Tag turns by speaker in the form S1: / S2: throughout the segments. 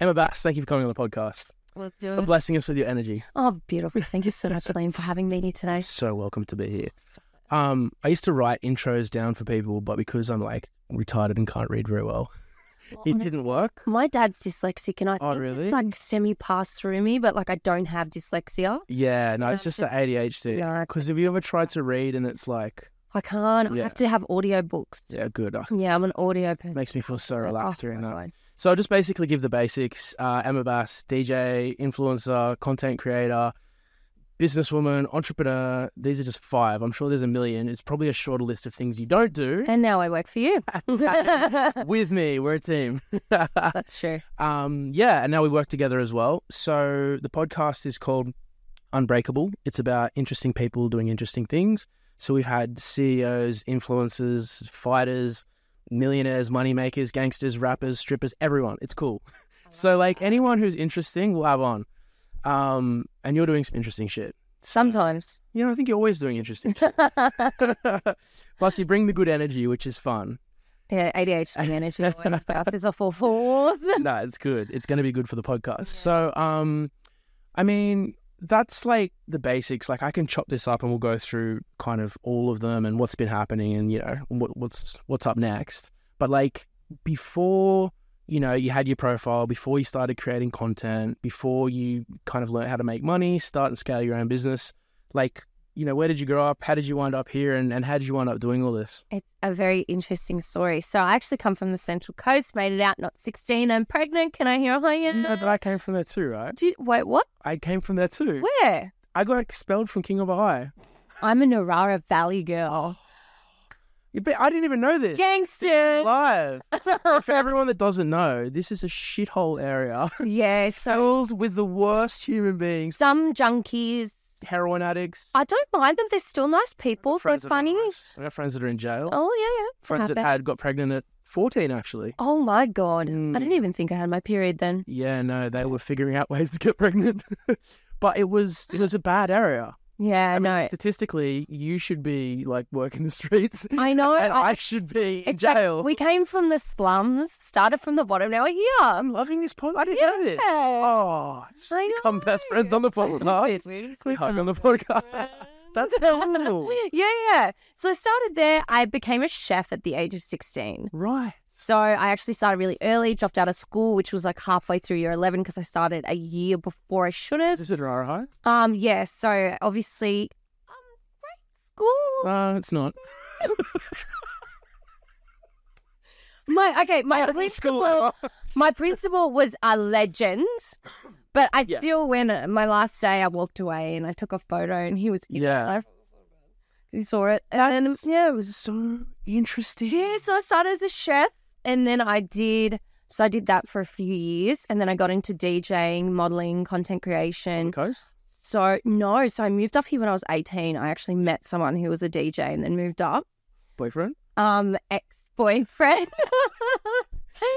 S1: Emma Bass, thank you for coming on the podcast.
S2: Let's do
S1: For
S2: it.
S1: blessing us with your energy.
S2: Oh, beautiful. Thank you so much, Lane, for having me today.
S1: So welcome to be here. Um, I used to write intros down for people, but because I'm like retarded and can't read very well, it didn't work.
S2: My dad's dyslexic, and I
S1: Oh,
S2: think
S1: really?
S2: it's like semi passed through me, but like I don't have dyslexia.
S1: Yeah, no, it's
S2: I'm
S1: just,
S2: just-
S1: the ADHD.
S2: No,
S1: Because if you ever tried to read and it's like,
S2: I can't.
S1: Yeah.
S2: I have to have audio books. Yeah,
S1: yeah, good. uh,
S2: I'm an audio person.
S1: Makes me feel so
S2: Oh,
S1: relaxed during
S2: my
S1: that.
S2: God.
S1: So I'll just basically give the basics. Uh, Emma Bass, DJ, influencer, content creator, businesswoman, entrepreneur. These are just five. I'm sure there's a million. It's probably a shorter list of things you don't do.
S2: And now I work for you.
S1: With me, we're a team.
S2: That's true.
S1: um, yeah, and now we work together as well. So the podcast is called Unbreakable. It's about interesting people doing interesting things. So we've had CEOs, influencers, fighters, millionaires, moneymakers, gangsters, rappers, strippers, everyone. It's cool. So like anyone who's interesting, we'll have on. Um, and you're doing some interesting shit.
S2: Sometimes.
S1: You know, I think you're always doing interesting. shit. Plus, you bring the good energy, which is fun.
S2: Yeah, ADHD energy always bounces off all fours.
S1: no, it's good. It's going to be good for the podcast. So, um, I mean, that's like the basics. Like, I can chop this up and we'll go through kind of all of them and what's been happening and you know what, what's what's up next. But like before, you know, you had your profile before you started creating content, before you kind of learned how to make money, start and scale your own business. Like, you know, where did you grow up? How did you wind up here? And and how did you wind up doing all this?
S2: It's a very interesting story. So I actually come from the Central Coast, made it out, not 16. I'm pregnant. Can I hear a
S1: No, but
S2: hi?
S1: I came from there too, right?
S2: Do you, wait, what?
S1: I came from there too.
S2: Where?
S1: I got expelled from King of High.
S2: I'm a Narara Valley girl.
S1: You bet, I didn't even know this.
S2: Gangster.
S1: Live. For everyone that doesn't know, this is a shithole area
S2: Yeah, so
S1: filled with the worst human beings,
S2: some junkies.
S1: heroin addicts.
S2: I don't mind them. They're still nice people. They're
S1: friends that are
S2: funny.
S1: nice. I got friends that are in jail.
S2: Oh, yeah, yeah.
S1: friends that
S2: happens.
S1: had got pregnant at 14, actually.
S2: Oh, my God.
S1: Mm.
S2: I didn't even think I had my period then.
S1: Yeah, no, they were figuring out ways to get pregnant. but it was it was a bad area.
S2: Yeah,
S1: mean,
S2: no.
S1: Statistically, you should be like working the streets,
S2: I know.
S1: and
S2: I-
S1: I should be in
S2: it's like
S1: jail.
S2: we came from the slums, started from the bottom, now we're here.
S1: I'm loving this pod. I didn't know this.
S2: Yeah.
S1: Oh,
S2: I
S1: become best friends on the podcast. Oh, We hug on the podcast. That's cool.
S2: yeah, yeah. So I started there. I became a chef at the age of 16.
S1: Right.
S2: So I actually started really early, dropped out of school, which was like halfway through year 11 because I started a year before I should
S1: Is
S2: have.
S1: this at Rara High?
S2: Um, yeah, so obviously, um, great school.
S1: No, it's not.
S2: My, okay, my principal,
S1: Oh.
S2: my principal was a legend, but I
S1: Yeah.
S2: still, when uh, my last day, I walked away and I took a photo and he was,
S1: Yeah.
S2: he saw it. And um, yeah, it was
S1: So interesting.
S2: Yeah, so I started as a chef and then I did so I did that for a few years and then I got into DJing, modeling, content creation.
S1: Coast?
S2: So no, so I moved up here when I was 18. I actually met someone who was a DJ and then moved up.
S1: Boyfriend?
S2: Um ex-boyfriend.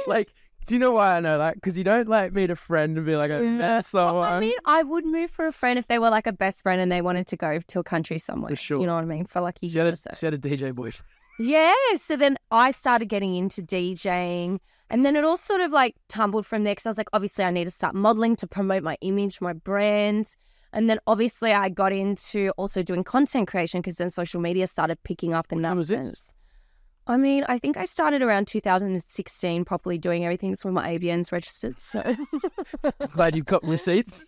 S1: Like, do you know why I know that? Because you don't like meet a friend and be like, I met someone.
S2: I mean, I would move for a friend if they were like a best friend and they wanted to go to a country somewhere.
S1: For sure.
S2: You know what I mean? For like a
S1: she, had
S2: year
S1: a,
S2: or so.
S1: she had a DJ boyfriend.
S2: Yeah. So then I started getting into DJing. And then it all sort of like tumbled from there because I was like, obviously, I need to start modeling to promote my image, my brand. And then obviously, I got into also doing content creation because then social media started picking up in that
S1: year was this?
S2: sense. I mean, I think I started around 2016 properly doing everything. So when my ABN's registered. So
S1: Glad you've got receipts.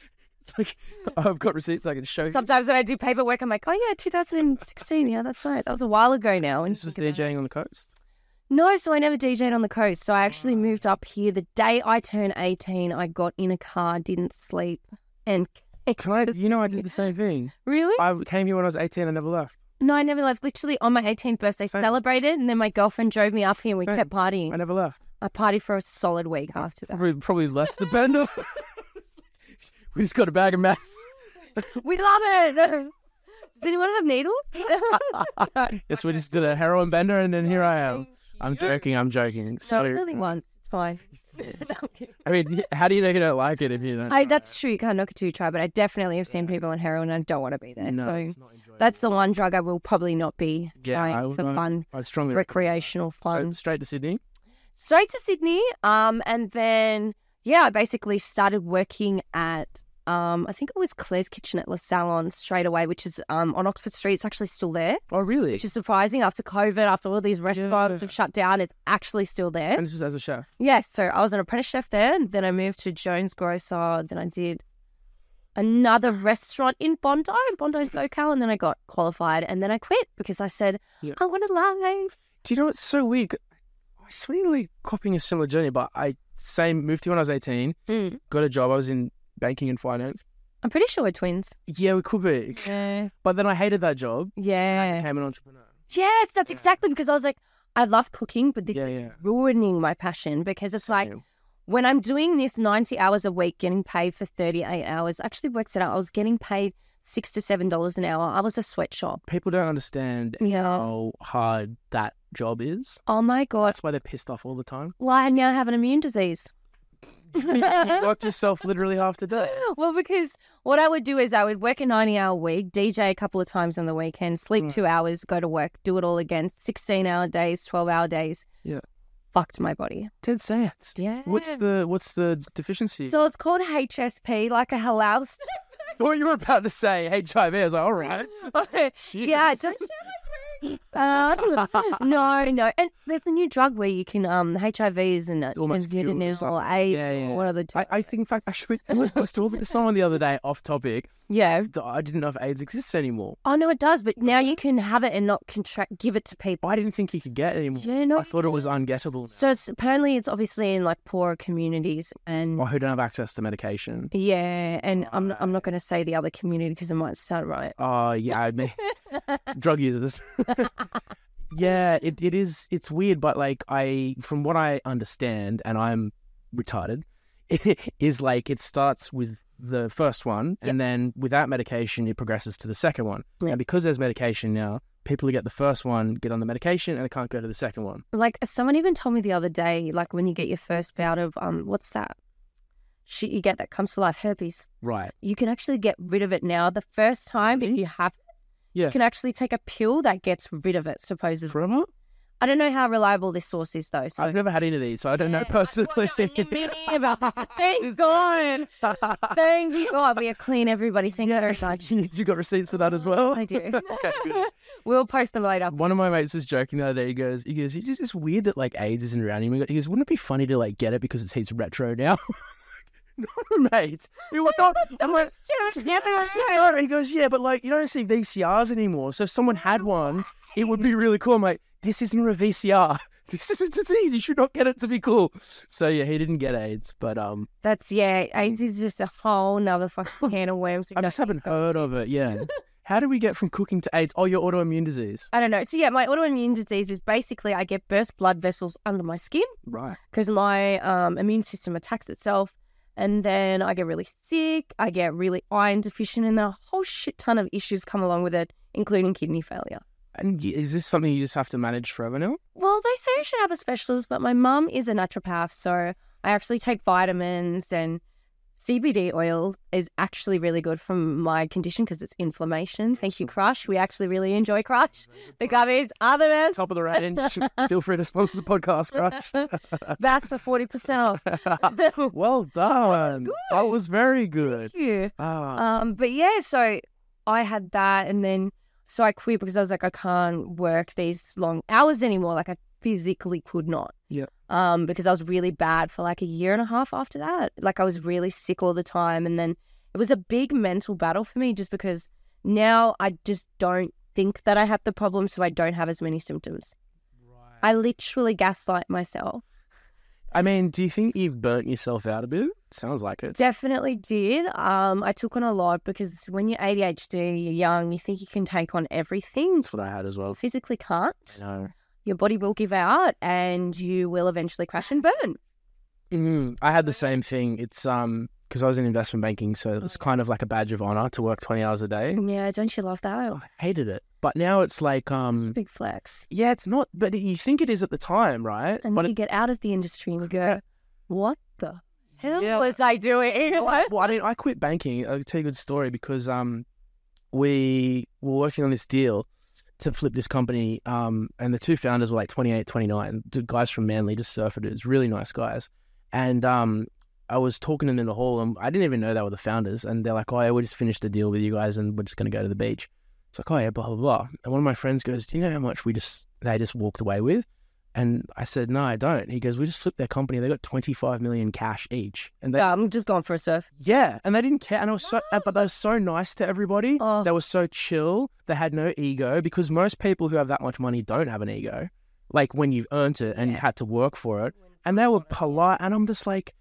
S1: it's like, I've got receipts I can show you.
S2: sometimes when I do paperwork, I'm like, oh, yeah, 2016. Yeah, that's right. That was a while ago now. And
S1: This was DJing on the coast.
S2: No, so I never DJed on the coast. So I actually
S1: Ah.
S2: moved up here the day I turned 18. I got in a car, didn't sleep, and
S1: Can I? You know, I did the same thing.
S2: really?
S1: I came here when I was 18 I never left.
S2: No, I never left. Literally on my 18th birthday,
S1: Same.
S2: celebrated, and then my girlfriend drove me up here and we
S1: Same.
S2: kept partying.
S1: I never left.
S2: I partied for a solid week after that.
S1: Probably, probably less the bender. we just got a bag of maths.
S2: We love it. Does anyone have needles?
S1: Uh, Yes, we just did a heroin bender, and then here I am. I'm joking. I'm joking.
S2: no, it's
S1: So,
S2: only once. It's fine.
S1: I mean, how do you know you don't like it if you don't?
S2: I, that's true. You can't knock it till you try, but I definitely have seen people on heroin and I don't want to be there.
S1: No,
S2: so
S1: it's not enjoyable.
S2: that's the one drug I will probably not be
S1: Yeah, I
S2: trying
S1: would
S2: for
S1: not-
S2: fun,
S1: I strongly recommend
S2: recreational
S1: that. So,
S2: fun.
S1: straight to Sydney.
S2: straight to Sydney. Um, and then yeah, I basically started working at um, I think it was Claire's Kitchen at La Salon straight away, which is um, on Oxford Street. It's actually still there,
S1: Oh, really?
S2: which is surprising after COVID, after all these restaurants have shut down. It's actually still there.
S1: and this is as a chef.
S2: Yeah, so I was an apprentice chef there. And then I moved to Jones Grocer. Then I did another restaurant in Bondi, in Bondi, SoCal. And then I got qualified. And then I quit because I said,
S1: Yeah.
S2: I want to live.
S1: Do you know it's so weird? I swearly copying a similar journey, but I same moved here when I was eighteen,
S2: Mm.
S1: got a job. I was in banking and finance.
S2: I'm pretty sure we're twins.
S1: Yeah, we could be.
S2: Yeah.
S1: But then I hated that job.
S2: Yeah.
S1: Became an entrepreneur.
S2: Yes, that's
S1: Yeah.
S2: exactly because I was like, I love cooking, but this
S1: yeah,
S2: is
S1: yeah.
S2: ruining my passion because it's like
S1: Same.
S2: when I'm doing this 90 hours a week, getting paid for 38 hours, I actually worked it out. I was getting paid six to seven dollars an hour. I was a sweatshop.
S1: people don't understand
S2: Yeah.
S1: how hard that job is.
S2: Oh my God.
S1: That's why they're pissed off all the time.
S2: Well, I now have an immune disease.
S1: you got yourself literally half the day.
S2: Well, because what I would do is I would work a 90 hour week, DJ a couple of times on the weekend, sleep
S1: Mm.
S2: two hours, go to work, do it all again 16 hour days, 12 hour days.
S1: Yeah.
S2: Fucked my body.
S1: Ten cents.
S2: Yeah.
S1: What's the what's the deficiency?
S2: So it's called HSP, like a halal.
S1: what you were about to say, HIV. I was like, all right.
S2: yeah, don't you uh, No, no. And there's a new drug where you can, um, HIVs and uh,
S1: almost
S2: transmitted
S1: cure
S2: news
S1: now.
S2: or AIDS
S1: Yeah, yeah.
S2: or one of the
S1: I,
S2: type.
S1: I think, in fact, actually, I was talking to someone the other day off topic
S2: Yeah.
S1: that I didn't know if AIDS exists anymore.
S2: Oh, no, it does. But now you can have it and not contract, give it to people.
S1: I didn't think you could get it anymore.
S2: Yeah, no.
S1: I thought it was ungettable.
S2: So it's, apparently it's obviously in like poorer communities and
S1: Or who don't have access to medication.
S2: yeah. And I'm, I'm not going to say the other community because it might sound right.
S1: Oh, yeah, I mean, drug users. yeah, it, it is. It's weird, but like, I, from what I understand, and I'm retarded, is like it starts with the first one, and then without medication, it progresses to the second one.
S2: Yeah.
S1: And because there's medication now, people who get the first one get on the medication and they can't go to the second one.
S2: like someone even told me the other day, like when you get your first bout of um, what's that shit you get that comes to life, herpes.
S1: Right.
S2: You can actually get rid of it now. The first time if
S1: Really?
S2: you have,
S1: Yeah.
S2: you can actually take a pill that gets rid of it. Supposedly,
S1: Forever?
S2: I don't know how reliable this source is though. So
S1: I've never had any of these, so I don't know
S2: Yeah, I-
S1: personally.
S2: well, no, me neither about this. Thank God. Thank God we are clean, everybody. Thank you
S1: yeah,
S2: very much.
S1: you got receipts for that as well.
S2: I do.
S1: Okay, good.
S2: we'll post them later.
S1: One of my mates was joking the other day. He goes, he goes, it's just it's weird that like AIDS isn't around anymore. He goes, wouldn't it be funny to like get it because it's he's retro now? no, mate. He was not. I'm like, no. He goes, yeah, but like you don't see VCRs anymore. So if someone had one, it would be really cool. I'm like, this isn't a VCR. This is a disease. You should not get it to be cool. So yeah, he didn't get AIDS, but um,
S2: That's yeah. AIDS is just a whole nother fucking can of worms.
S1: I just haven't heard of it. Yeah. How do we get from cooking to AIDS? Oh, your autoimmune disease.
S2: I don't know. So yeah, my autoimmune disease is basically I get burst blood vessels under my skin
S1: Right.
S2: because my um, immune system attacks itself, and then I get really sick. I get really iron deficient, and then a whole shit ton of issues come along with it, including kidney failure.
S1: And y- is this something you just have to manage forever now?
S2: Well, they say you should have a specialist, but my mum is a naturopath, so I actually take vitamins and CBD oil is actually really good for my condition because it's inflammation. Thank you, Crush. We actually really enjoy Crush. The gummies are the best.
S1: top of the range. Feel free to sponsor the podcast, Crush.
S2: That's for forty percent off. Thank
S1: well done. That
S2: good.
S1: was very good.
S2: you.
S1: Ah,
S2: Um, but yeah, so I had that, and then so I quit because I was like, I can't work these long hours anymore. Like I physically could not.
S1: Yeah.
S2: Um, because I was really bad for like a year and a half after that. Like I was really sick all the time, and then it was a big mental battle for me just because now I just don't think that I have the problem, so I don't have as many symptoms. I literally gaslight myself.
S1: I mean, do you think you've burnt yourself out a bit? Sounds like it.
S2: Definitely did. Um, I took on a lot because when you're ADHD, you're young, you think you can take on everything.
S1: That's what I had as well.
S2: Physically can't.
S1: I know.
S2: Your body will give out, and you will eventually crash and burn.
S1: Mm, I had the same thing. It's um because I was in investment banking, so it's kind of like a badge of honor to work twenty hours a day.
S2: Yeah, don't you love that?
S1: I hated it, but now it's like um
S2: Big flex.
S1: yeah, it's not. But you think it is at the time, right?
S2: And
S1: but
S2: then you
S1: it's-
S2: get out of the industry and you go, "What the hell
S1: Yeah.
S2: was I doing?"
S1: well, I- well, I mean, I quit banking. I'll tell you a good story because um, we were working on this deal to flip this company, um, and the two founders were like 28, 29, the guys from Manly, just surfers, really nice guys. And um, I was talking to them in the hall, and I didn't even know they were the founders. And they're like, "Oh yeah, we just finished the deal with you guys, and we're just gonna go to the beach." It's like, "Oh yeah, blah blah blah." And one of my friends goes, "Do you know how much we just they just walked away with?" And I said, "No, I don't." He goes, "We just flipped their company. They got twenty five million cash each, and they,
S2: Yeah, I'm just going for a surf.
S1: yeah, and they didn't care. And I was so, uh, but they were so nice to everybody.
S2: Oh.
S1: They were so chill. They had no ego because most people who have that much money don't have an ego. Like when you've earned it and
S2: Yeah.
S1: had to work for it, and they were polite. And I'm just like,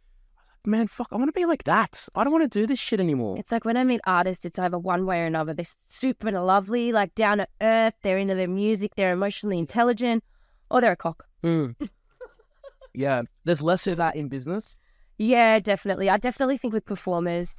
S1: man, fuck, I want to be like that. I don't want to do this shit anymore.
S2: It's like when I meet artists, it's either one way or another. They're super lovely, like down to earth. They're into their music. They're emotionally intelligent, or they're a cock.
S1: Mm. yeah, there's less of that in business.
S2: Yeah, definitely. I definitely think with performers,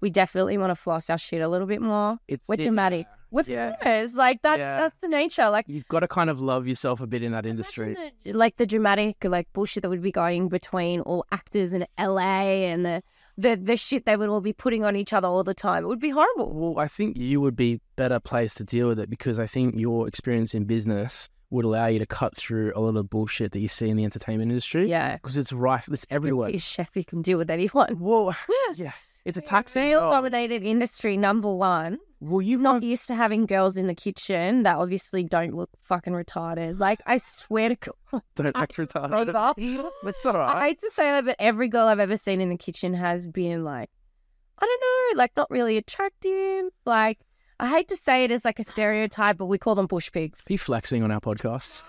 S2: we definitely want to floss our shit a little bit more.
S1: It's
S2: We're
S1: it-
S2: dramatic. We're
S1: Yeah.
S2: performers. Like that's
S1: Yeah.
S2: that's the nature. Like
S1: You've got to kind of love yourself a bit in that industry.
S2: imagine the- like the dramatic like bullshit that would be going between all actors in LA and the the, the shit they would all be putting on each other all the time. It would be horrible.
S1: Well, I think you would be better placed to deal with it because I think your experience in business would allow you to cut through a lot of bullshit that you see in the entertainment industry.
S2: Yeah.
S1: Because it's rife, it's everywhere.
S2: Your chef you can deal with anyone.
S1: Whoa. Yeah. It's a taxi.
S2: Male
S1: Oh,
S2: dominated industry number one.
S1: Well, you've
S2: Not
S1: not.
S2: used to having girls in the kitchen that obviously don't look fucking retarded. Like I swear to God.
S1: Don't act retarded.
S2: Over.
S1: That's all
S2: I
S1: right.
S2: hate to say that, but every girl I've ever seen in the kitchen has been like, I don't know, like not really attractive. Like, I hate to say it as like a stereotype, but we call them bush pigs.
S1: Be flexing on our podcasts.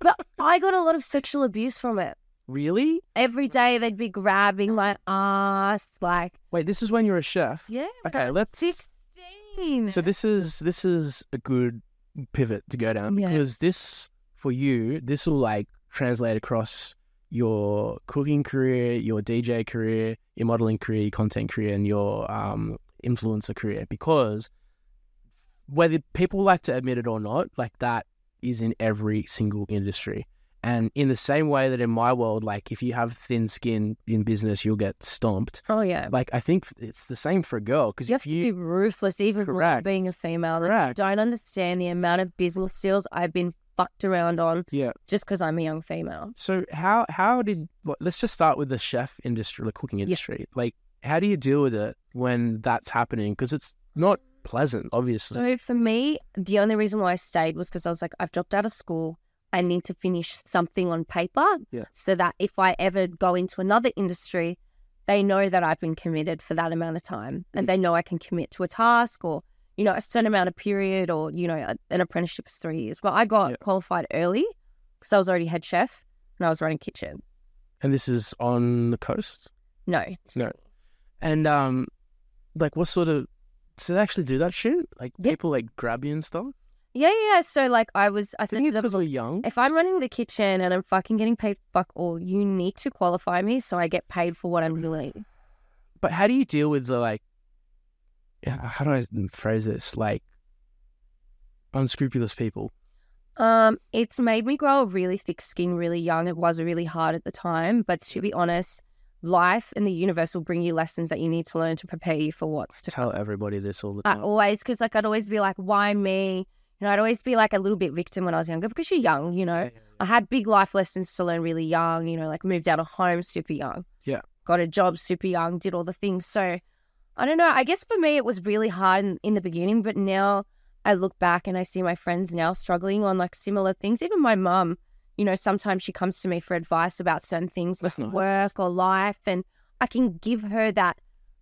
S2: But I got a lot of sexual abuse from it.
S1: Really?
S2: Every day they'd be grabbing my ass, like,
S1: Wait, this is when you're a chef.
S2: yeah. when I
S1: Okay,
S2: was
S1: let's-
S2: 16.
S1: So this is this is a good pivot to go down
S2: Yeah.
S1: because this for you this will like translate across your cooking career, your DJ career, your modeling career, your content career, and your um, influencer career because whether people like to admit it or not, like that is in every single industry. And in the same way that in my world, like if you have thin skin in business, you'll get stomped.
S2: oh, yeah.
S1: Like I think it's the same for a girl because
S2: You have
S1: if
S2: to
S1: you
S2: be ruthless, even when you're
S1: Correct.
S2: being a female. Like, you
S1: Correct.
S2: don't understand the amount of business deals I've been fucked around on
S1: yeah,
S2: just because I'm a young female.
S1: So how how did well, let's just start with the chef industry, the cooking industry. Like, how do you deal with it when that's happening? Because it's not pleasant, obviously.
S2: So for me, the only reason why I stayed was because I was like, I've dropped out of school. I need to finish something on paper
S1: Yeah.
S2: so that if I ever go into another industry, they know that I've been committed for that amount of time
S1: Mm.
S2: and they know I can commit to a task or, you know, a certain amount of period or, you know, a, an apprenticeship is three years. But I got
S1: Yeah.
S2: qualified early because I was already head chef and I was running kitchen.
S1: and this is on the coast.
S2: No.
S1: No. And um, like what sort of so they actually do that shit? Like
S2: Yeah.
S1: people like grab you and stuff.
S2: Yeah, yeah. So like I was, I
S1: I
S2: said
S1: think
S2: to
S1: it's
S2: them,
S1: because we're young.
S2: If I'm running the kitchen and I'm fucking getting paid fuck all, you need to qualify me so I get paid for what I'm doing.
S1: But how do you deal with the like? yeah, How do I phrase this? Like unscrupulous people.
S2: Um, it's made me grow a really thick skin really young. It was really hard at the time, but to be honest, life and the universe will bring you lessons that you need to learn to prepare you for what's to come.
S1: Tell everybody this all the
S2: I
S1: time.
S2: always, because like I'd always be like, why me? You know, I'd always be like a little bit victim when I was younger because you're young, you know. I had big life lessons to learn really young, you know, like moved out of home super young.
S1: Yeah.
S2: Got a job super young, did all the things. So I don't know. I guess for me, it was really hard in, in the beginning, but now I look back and I see my friends now struggling on like similar things. Even my mum, you know, sometimes she comes to me for advice about certain things,
S1: That's nice.
S2: work or life. And I can give her that,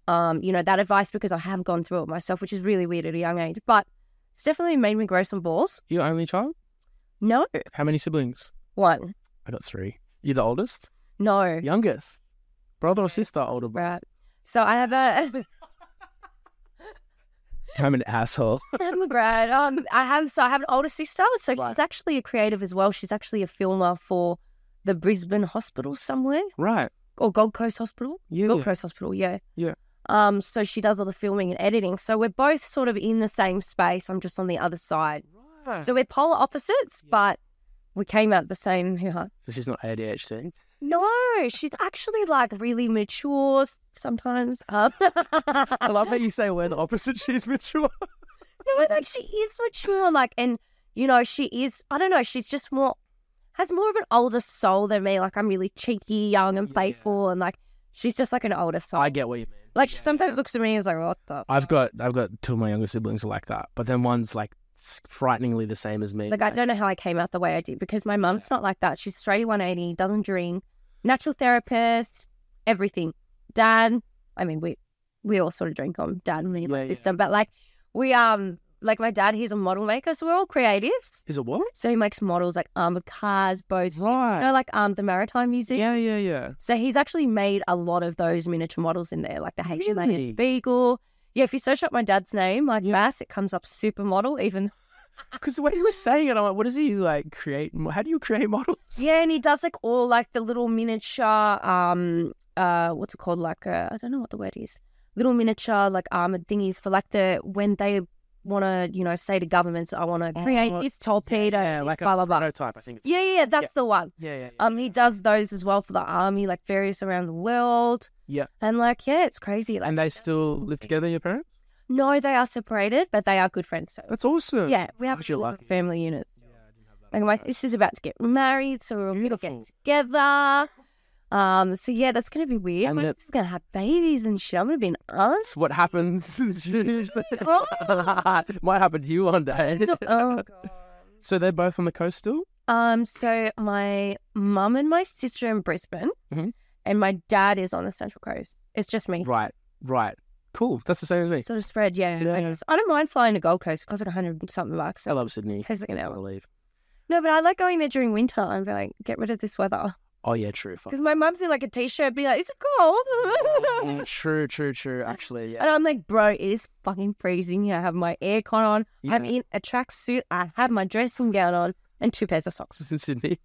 S2: um, you know, that advice because I have gone through it myself, which is really weird at a young age. But it's definitely made me grow some balls.
S1: Your only child?
S2: No.
S1: How many siblings?
S2: One.
S1: I got three. You're the oldest?
S2: No.
S1: Youngest? Brother or sister? Older brother.
S2: Right. So I have a
S1: I'm an asshole.
S2: I'm a Brad. Um, I have so I have an older sister, so
S1: Right.
S2: she's actually a creative as well. She's actually a filmer for the Brisbane Hospital somewhere
S1: Right.
S2: or Gold Coast Hospital.
S1: Yeah.
S2: Gold Coast Hospital, yeah.
S1: Yeah.
S2: Um, so she does all the filming and editing. So we're both sort of in the same space. I'm just on the other side.
S1: Right.
S2: So we're polar opposites,
S1: Ah. Yeah.
S2: but we came out the same. Yeah.
S1: So she's not ADHD.
S2: No, she's actually like really mature sometimes. Um,
S1: I love how you say we're the opposite. She's mature.
S2: No, like she is mature, like, and you know, she is. I don't know. She's just more has more of an older soul than me. Like I'm really cheeky, young, and
S1: Yeah.
S2: playful, and like She's just like an older soul.
S1: I get what you mean.
S2: like she sometimes looks at me and is like, "What the?"
S1: I've got I've got two of my younger siblings are like that, but then one's like s- frighteningly the same as me.
S2: Like I don't know how I came out the way I did because my mum's not like that. She's straighty one eighty, doesn't drink, natural therapist, everything. Dad, I mean we we all sort of drink on dad and me
S1: Yeah, yeah.
S2: my sister, but like we um like my dad, he's a model maker, so we're all creatives.
S1: Is it what?
S2: So he makes models like armored cars, both you
S1: Right.
S2: know, like um the maritime museum.
S1: Yeah, yeah, yeah.
S2: So he's actually made a lot of those miniature models in there, like the HMAS
S1: Really?
S2: Beagle. Yeah, if you search up my dad's name, like Mass, it comes up supermodel, even
S1: Because the way you were saying it, I'm like, what does he like create? mo- How do you create models?
S2: Yeah, and he does like all like the little miniature, um, uh, what's it called? Like, uh, I don't know what the word is. Little miniature, like armored thingies for like the when they want to, you know, say to governments, I want to
S1: Oh,
S2: create
S1: what-
S2: this torpedo,
S1: yeah,
S2: this
S1: like
S2: blah
S1: a
S2: blah blah.
S1: prototype. I think. It's,
S2: Yeah, yeah, that's the one.
S1: yeah, yeah, yeah.
S2: Um, he does those as well for the army, like various around the world.
S1: Yeah.
S2: and like, yeah, it's crazy. Like,
S1: and they still live together, your parents?
S2: no, they are separated, but they are good friends. So,
S1: That's awesome.
S2: yeah, we have
S1: Aren't you
S2: a little
S1: lucky?
S2: family unit.
S1: Yeah, I didn't have that.
S2: Like my sister's about to get married, so we're all gonna
S1: Beautiful.
S2: get together. Um, so yeah, that's gonna be weird.
S1: And
S2: my
S1: the-
S2: sister's gonna have babies and shit. I'm gonna be an aunt.
S1: That's what happens. usually.
S2: Oh.
S1: Might happen to you one day.
S2: No- oh god.
S1: So they're both on the coast still?
S2: Um, so my mum and my sister in Brisbane,
S1: Mhm.
S2: and my dad is on the Central Coast. It's just me.
S1: Right, right. Cool. That's the same as me.
S2: Sort of spread, yeah.
S1: Yeah,
S2: I,
S1: yeah.
S2: just- I don't mind flying to Gold Coast. It costs like hundred and something bucks.
S1: I
S2: So
S1: love Sydney.
S2: it takes like an
S1: I
S2: hour.
S1: believe.
S2: No, but I like going there during winter. I'm like, get rid of this weather
S1: Oh, yeah, true. Fuck.
S2: because my mum's in like a t-shirt, be like, it's cold.
S1: Mm, true, true, true. Actually, yeah.
S2: And I'm like, bro, it is fucking freezing here. I have my aircon on. I'm
S1: Yeah.
S2: in a tracksuit. I have my dressing gown on and two pairs of socks.
S1: It's in Sydney.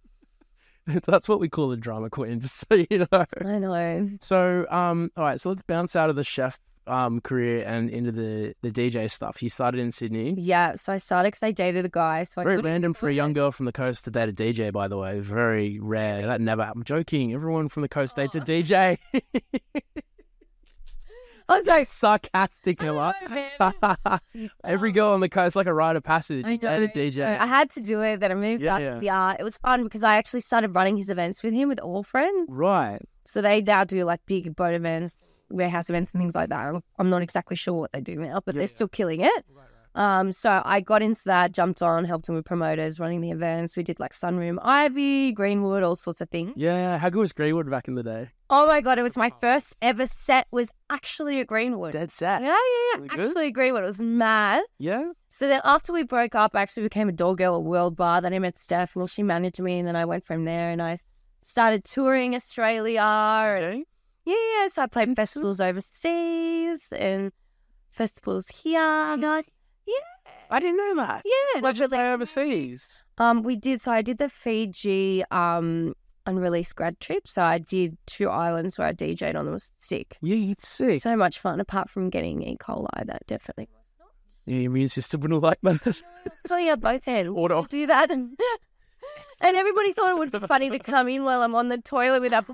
S1: That's what we call a drama queen, just so you know.
S2: I know.
S1: So, um, all right, so let's bounce out of the chef um career and into the the DJ stuff. You started in Sydney.
S2: Yeah. So I started because I dated a guy. So I
S1: Very
S2: couldn't
S1: random for a
S2: do
S1: young
S2: it.
S1: girl from the coast to date a DJ, by the way. Very rare. That never happened. I'm joking. Everyone from the coast dates a
S2: Aw.
S1: DJ.
S2: I was like,
S1: Sarcastic,
S2: I
S1: am
S2: know,
S1: I?
S2: man. Oh.
S1: Every girl on the coast like a rite of passage.
S2: I
S1: You date a
S2: know.
S1: DJ.
S2: So I had to do it. Then I moved
S1: Yeah,
S2: out
S1: yeah.
S2: to PR. It was fun because I actually started running his events with him with all friends.
S1: Right.
S2: So they now do like big boat events, warehouse events, and things like that. I'm- I'm not exactly sure what they do now, but
S1: Yeah,
S2: they're
S1: yeah.
S2: still killing it.
S1: Right, right.
S2: Um, so I got into that, jumped on, helped him with promoters, running the events. We did like Sunroom Ivy, Greenwood, all sorts of things.
S1: Yeah. How good was Greenwood back in the day?
S2: Oh my god, it was my first ever set was actually at Greenwood.
S1: Dead set.
S2: Yeah, yeah, yeah.
S1: Really good?
S2: Actually at Greenwood. It was mad.
S1: Yeah.
S2: So then after we broke up, I actually became a door girl at World Bar. Then I met Steph and she managed me and then I went from there and I started touring Australia and
S1: Okay.
S2: yeah, yeah. So I
S1: Mm-hmm.
S2: played festivals overseas and festivals here. And I-
S1: I didn't know that.
S2: yeah,
S1: Where'd Mm-hmm. you
S2: I've
S1: play
S2: released-
S1: overseas?
S2: Um, we did. So I did the Fiji um unreleased grad trip. So I did two islands where I DJed on. It was sick.
S1: Yeah, it's sick.
S2: So much fun. Apart from getting E. coli, that definitely was not.
S1: Yeah, your immune system wouldn't like that.
S2: Clearly, on both ends.
S1: Order.
S2: I'll do that. And, and everybody thought it would be funny to come in while I'm on the toilet with a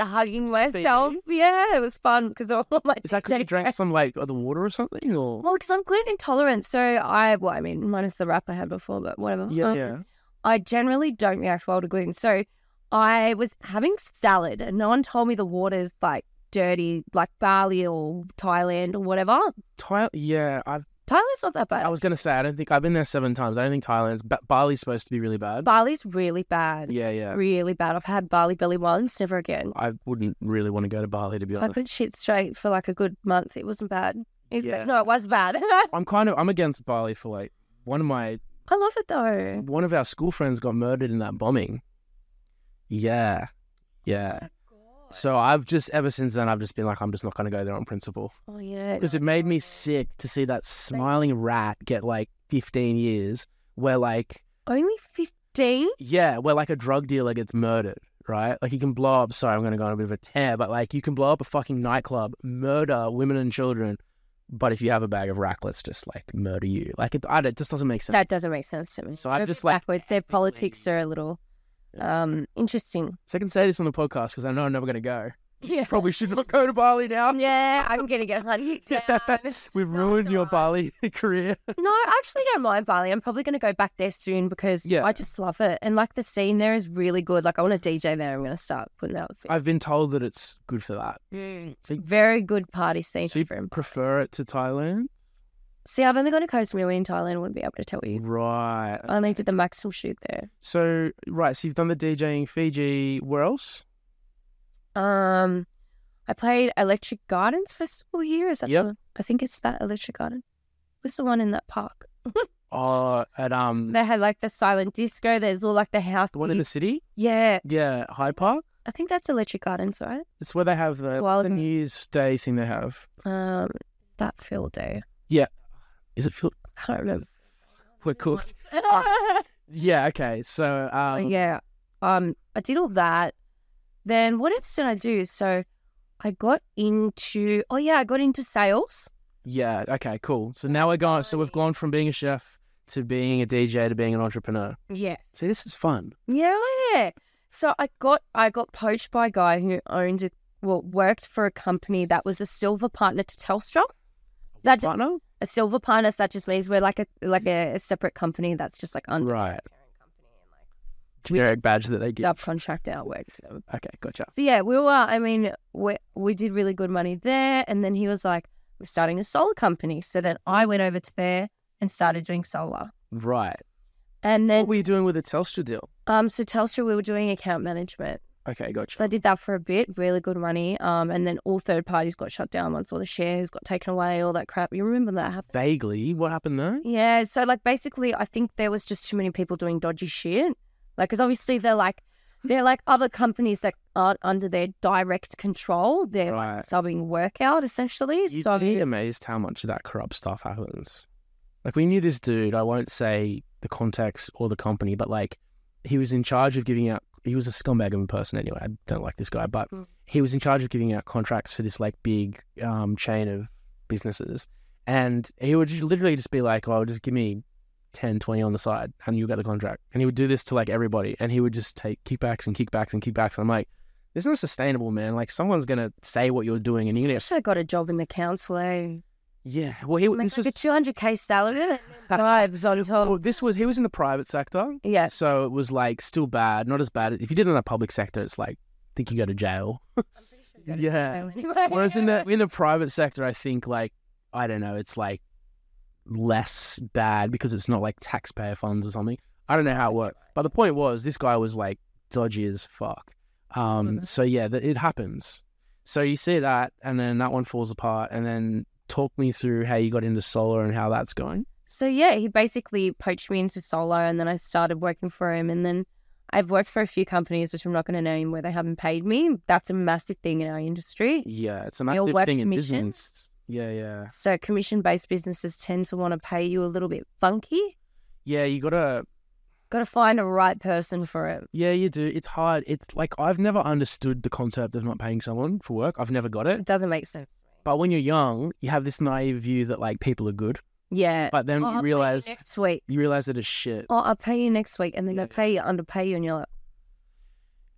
S2: hugging myself. Yeah, it was fun because all my
S1: Is that because you
S2: DJ
S1: drank some like other water or something? Or
S2: Well, because I'm gluten intolerant, so I well, I mean, minus the wrap I had before, but whatever.
S1: yeah,
S2: Um,
S1: yeah.
S2: I generally don't react well to gluten, so I was having salad, and no one told me the water's like dirty, like Bali or Thailand or whatever.
S1: Thailand. Yeah, I've,
S2: Thailand's not that bad.
S1: I was gonna say I don't think I've been there seven times. I don't think Thailand's ba- Bali's supposed to be really bad.
S2: Bali's really bad,
S1: yeah, yeah.
S2: really bad. I've had Bali belly once, never again.
S1: I wouldn't really want to go to Bali to be
S2: I
S1: honest.
S2: could shit straight for like a good month. It wasn't bad. It-
S1: Yeah.
S2: No, it was bad.
S1: I'm kind of I'm against Bali for like one of my
S2: I love it though.
S1: one of our school friends got murdered in that bombing. Yeah, yeah. So I've just ever since then I've just been like I'm just not going to go there on principle
S2: Oh yeah,
S1: because
S2: no,
S1: it made me
S2: horrible.
S1: sick to see that smiling rat get like 15 years where like
S2: Only fifteen.
S1: yeah where like a drug dealer gets murdered right like you can blow up sorry I'm going to go on a bit of a tear but like you can blow up a fucking nightclub murder women and children but if you have a bag of rack let's just like murder you like it, I, don't- it just doesn't make sense
S2: That doesn't make sense to me.
S1: So I'm
S2: They're a
S1: just
S2: bit
S1: like,
S2: backwards. Their politics
S1: ethically-
S2: are a little um interesting.
S1: so I can say this on the podcast because I know I'm never going to go
S2: Yeah.
S1: Probably should not go to Bali now.
S2: Yeah, I'm gonna get hunted down.
S1: We've ruined your
S2: alright.
S1: Bali career.
S2: No, I actually don't mind Bali. I'm probably gonna go back there soon because
S1: Yeah.
S2: I just love it. And like the scene there is really good. Like I want to DJ there. I'm gonna start putting out things.
S1: I've been told that it's good for that.
S2: Mm. Very good party scene.
S1: So you
S2: for him.
S1: prefer it to Thailand?
S2: See, I've only gone to Koh Samui in Thailand. Wouldn't be able to tell you.
S1: Right.
S2: I only did the Maxwell shoot there.
S1: So right, so you've done the DJing Fiji. Where else?
S2: Um, I played Electric Gardens Festival here. Is that
S1: Yep.
S2: the one? I think it's that Electric Garden. What's the one in that park?
S1: Oh, at um
S2: They had like the silent disco. There's all like the house.
S1: the one in the city.
S2: yeah,
S1: Yeah, Hyde Park.
S2: I think that's Electric Gardens, right?
S1: It's where they have the,
S2: Well,
S1: the
S2: mm.
S1: New Year's Day thing. They have.
S2: Um, that field day.
S1: Is it Phil?
S2: I can't remember. Oh,
S1: We're cooked. Yeah. Okay. So
S2: But
S1: um.
S2: Oh, yeah. Um, I did all that. Then what else did I do? So I got into oh yeah, I got into sales.
S1: Yeah. Okay. Cool. So now we're going. So we've
S2: exciting.
S1: gone from being a chef to being a DJ to being an entrepreneur.
S2: Yes.
S1: See, this is fun.
S2: Yeah. So I got I got poached by a guy who owned a well worked for a company that was a silver partner to Telstra. That just,
S1: Partner.
S2: a silver partner so that just means we're like a like a, a separate company that's just like under
S1: Right.
S2: the parent company and like we
S1: Generic badge that they give.
S2: subcontract our work to them.
S1: Okay. Gotcha.
S2: So yeah, we were. I mean, we we did really good money there, and then he was like, "We're starting a solar company." So then I went over to there and started doing solar,
S1: Right.
S2: and
S1: What
S2: then
S1: were you doing with the Telstra deal?
S2: um, so Telstra we were doing account management.
S1: Okay. Gotcha.
S2: So I did that for a bit, really good money. Um, and then all third parties got shut down once all the shares got taken away, all that crap. You remember that happened?
S1: Vaguely, what happened there?
S2: Yeah. So like basically, I think there was just too many people doing dodgy shit. Like, because obviously they're like. They're like other companies that aren't under their direct control. They're
S1: Right.
S2: subbing work out essentially.
S1: You'd
S2: so
S1: be amazed how much of that corrupt stuff happens. Like we knew this dude. I won't say the context or the company, but like he was in charge of giving out. He was a scumbag of a person anyway. I don't like this guy, but
S2: Mm.
S1: he was in charge of giving out contracts for this like big um, chain of businesses, and he would ju- literally just be like, "Oh, just give me 10, 20 on the side, and you'll get the contract." And he would do this to like everybody, and he would just take kickbacks and kickbacks and kickbacks. I'm like, "This isn't sustainable, man. Like someone's gonna say what you're doing, and you're gonna
S2: I
S1: get
S2: should have got a job in the council. Eh?
S1: yeah, well, he
S2: Make
S1: this was
S2: like a two hundred k salary, and bribes on
S1: well,
S2: top.
S1: this was he was in the private sector,
S2: Yeah,
S1: so it was like still bad, not as bad. If you did it in the public sector, it's like I think you go to jail. Yeah. Whereas in the in the private sector, I think like I don't know, it's like less bad because it's not like taxpayer funds or something. I don't know how it worked, but the point was this guy was like dodgy as fuck. Um,
S2: Mhm.
S1: so yeah, th- it happens. So you see that, and then that one falls apart, and then talk me through how you got into solar and how that's going.
S2: so yeah, he basically poached me into solo, and then I started working for him, and then I've worked for a few companies, which I'm not going to name, where they haven't paid me. That's a massive thing in our industry.
S1: Yeah, it's a
S2: Your
S1: massive
S2: work
S1: thing in
S2: commission?
S1: business. Yeah, yeah,
S2: So commission based businesses tend to want to pay you a little bit funky.
S1: yeah. You gotta,
S2: Got to find the right person for it.
S1: yeah, you do. It's hard. It's like I've never understood the concept of not paying someone for work. I've never got
S2: It
S1: it.
S2: doesn't make sense. to
S1: But when you're young, you have this naive view that like people are good,
S2: me. Yeah.
S1: but then
S2: Oh, I'll
S1: you
S2: pay
S1: realize
S2: next week.
S1: you realize that it's shit.
S2: oh, I'll pay you next week, and then
S1: Yeah,
S2: they pay you, underpay you, and you're like,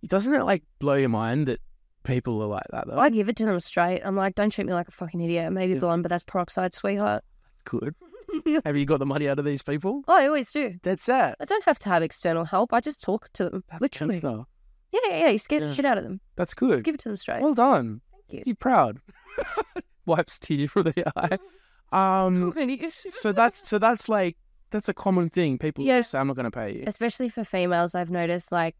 S1: Doesn't it like blow your mind that people are like that though?
S2: I give it to them straight. I'm like, don't treat me like a fucking idiot. Maybe
S1: Yeah.
S2: blonde, but that's peroxide, sweetheart.
S1: Good.
S2: oh,
S1: Have you got the money out of these people?
S2: I always do.
S1: That's it.
S2: I don't have to have external help. I just talk to them, literally.
S1: Chancellor.
S2: Yeah, yeah, yeah. You scare
S1: Yeah.
S2: the shit out of them.
S1: That's
S2: Just
S1: good.
S2: give it to them straight.
S1: Well done.
S2: Thank
S1: You proud? Wipes tear from the eye. Um. so that's so that's like that's a common thing. People
S2: Yeah.
S1: say I'm not going to pay you.
S2: especially for females. I've noticed like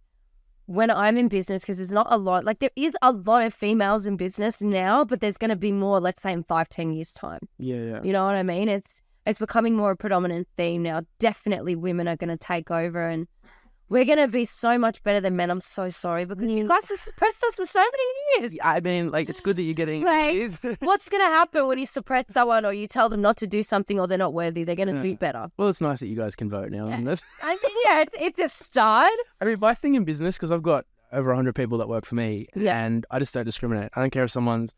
S2: when I'm in business, because there's not a lot. Like there is a lot of females in business now, but there's going to be more. Let's say in five, ten years time.
S1: Yeah, yeah.
S2: You know what I mean? It's it's becoming more a predominant theme now. Definitely women are going to take over and we're going to be so much better than men. I'm so sorry because
S1: Mm.
S2: you guys have suppressed us for so many years.
S1: I mean, like it's good that you're getting.
S2: Like-
S1: it is-
S2: What's going to happen when you suppress someone or you tell them not to do something or they're not worthy? They're going to
S1: Yeah.
S2: do better.
S1: well, it's nice that you guys can vote now. isn't it?
S2: I mean, yeah, it's, it's a start.
S1: I mean, my thing in business because I've got over 100 people that work for me,
S2: Yeah.
S1: and I just don't discriminate. I don't care if someone's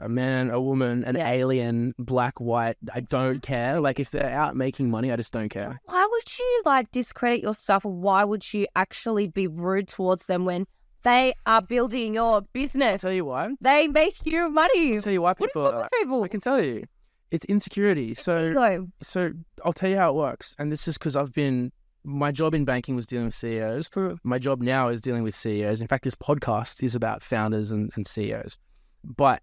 S1: a man, a woman, an
S2: Yeah.
S1: alien, black, white. I don't care. Like if they're out making money, I just don't care.
S2: Why would you like discredit yourself? Or why would you actually be rude towards them when They are building your
S1: I'll
S2: business.
S1: tell you why.
S2: They make you money.
S1: I'll tell you why
S2: What is
S1: people
S2: wrong
S1: are
S2: with
S1: like,
S2: people?
S1: I can tell you. It's insecurity. So
S2: Ego.
S1: so I'll tell you how it works. And this is because I've been my job in banking was dealing with CEOs. My job now is dealing with CEOs. In fact, this podcast is about founders and, and E CEOs. But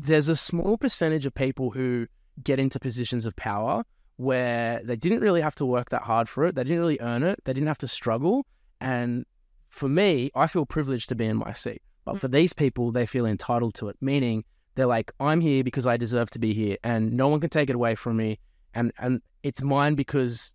S1: there's a small percentage of people who get into positions of power where they didn't really have to work that hard for it. They didn't really earn it. They didn't have to struggle. And for me, I feel privileged to be in my seat. But for these people, they feel entitled to it, meaning they're like, I'm here because I deserve to be here and no one can take it away from me. And, and it's mine because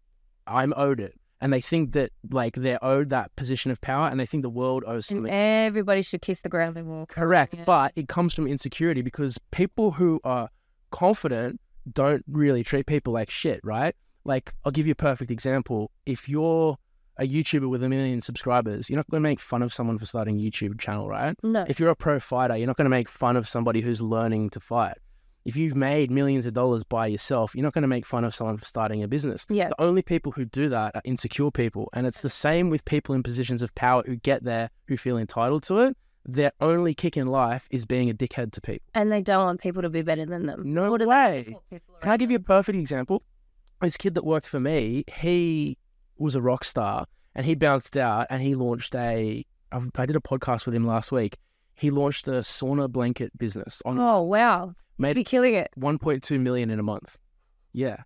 S1: I'm owed it. And they think that like they're owed that position of power and they think the world owes
S2: And
S1: something.
S2: everybody should kiss the ground they walk.
S1: Correct,
S2: Yeah.
S1: but it comes from insecurity because people who are confident don't really treat people like shit, right? Like, I'll give you a perfect example. If you're a YouTuber with a million subscribers, you're not going to make fun of someone for starting a YouTube channel, right?
S2: No.
S1: If you're a pro fighter, you're not going to make fun of somebody who's learning to fight. If you've made millions of dollars by yourself, you're not going to make fun of someone for starting a business.
S2: Yeah.
S1: The only people who do that are insecure people. And it's the same with people in positions of power who get there, who feel entitled to it. Their only kick in life is being a dickhead to people.
S2: And they don't want people to be better than them.
S1: No
S2: Nor do they
S1: way.
S2: support people
S1: Can I
S2: around
S1: give you a perfect example? This kid that worked for me, he was a rock star and he bounced out and he launched a. I've- I did a podcast with him last week. He launched a sauna blanket business
S2: them.
S1: on
S2: Oh, wow.
S1: made
S2: Be killing it.
S1: 1.2 million in a month. Yeah.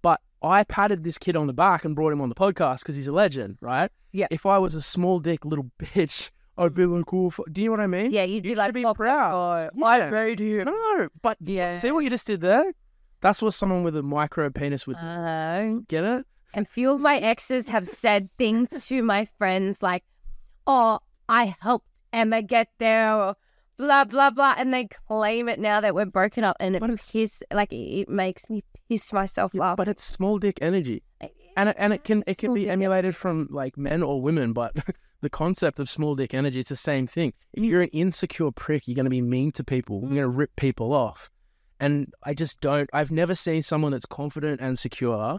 S1: But I patted this kid on the back and brought him on the podcast because he's a legend, right?
S2: Yeah.
S1: If I was a small dick little bitch, I'd be like, cool. f-" Do you know what I mean?
S2: Yeah, you'd be
S1: should
S2: like,
S1: be
S2: "Oh,
S1: proud.
S2: oh, I
S1: Yeah.
S2: married you.
S1: No, but
S2: Yeah.
S1: see what you just did there? That's what someone with a micro penis would
S2: Uh,
S1: get it.
S2: a few of my exes have said things to my friends like, oh, I helped Emma get there or blah, blah, blah. And they claim it now that we're broken up. And it
S1: But it's-
S2: piss, like, it, it makes me piss myself laugh.
S1: But it's small dick energy. And it, and it can it can
S2: Small
S1: be
S2: dick
S1: emulated from like men or women, but the concept of small dick energy it's the same thing. If
S2: Mm.
S1: you're an insecure prick, you're going to be mean to people. You're going to rip people off, and I just don't. I've never seen someone that's confident and secure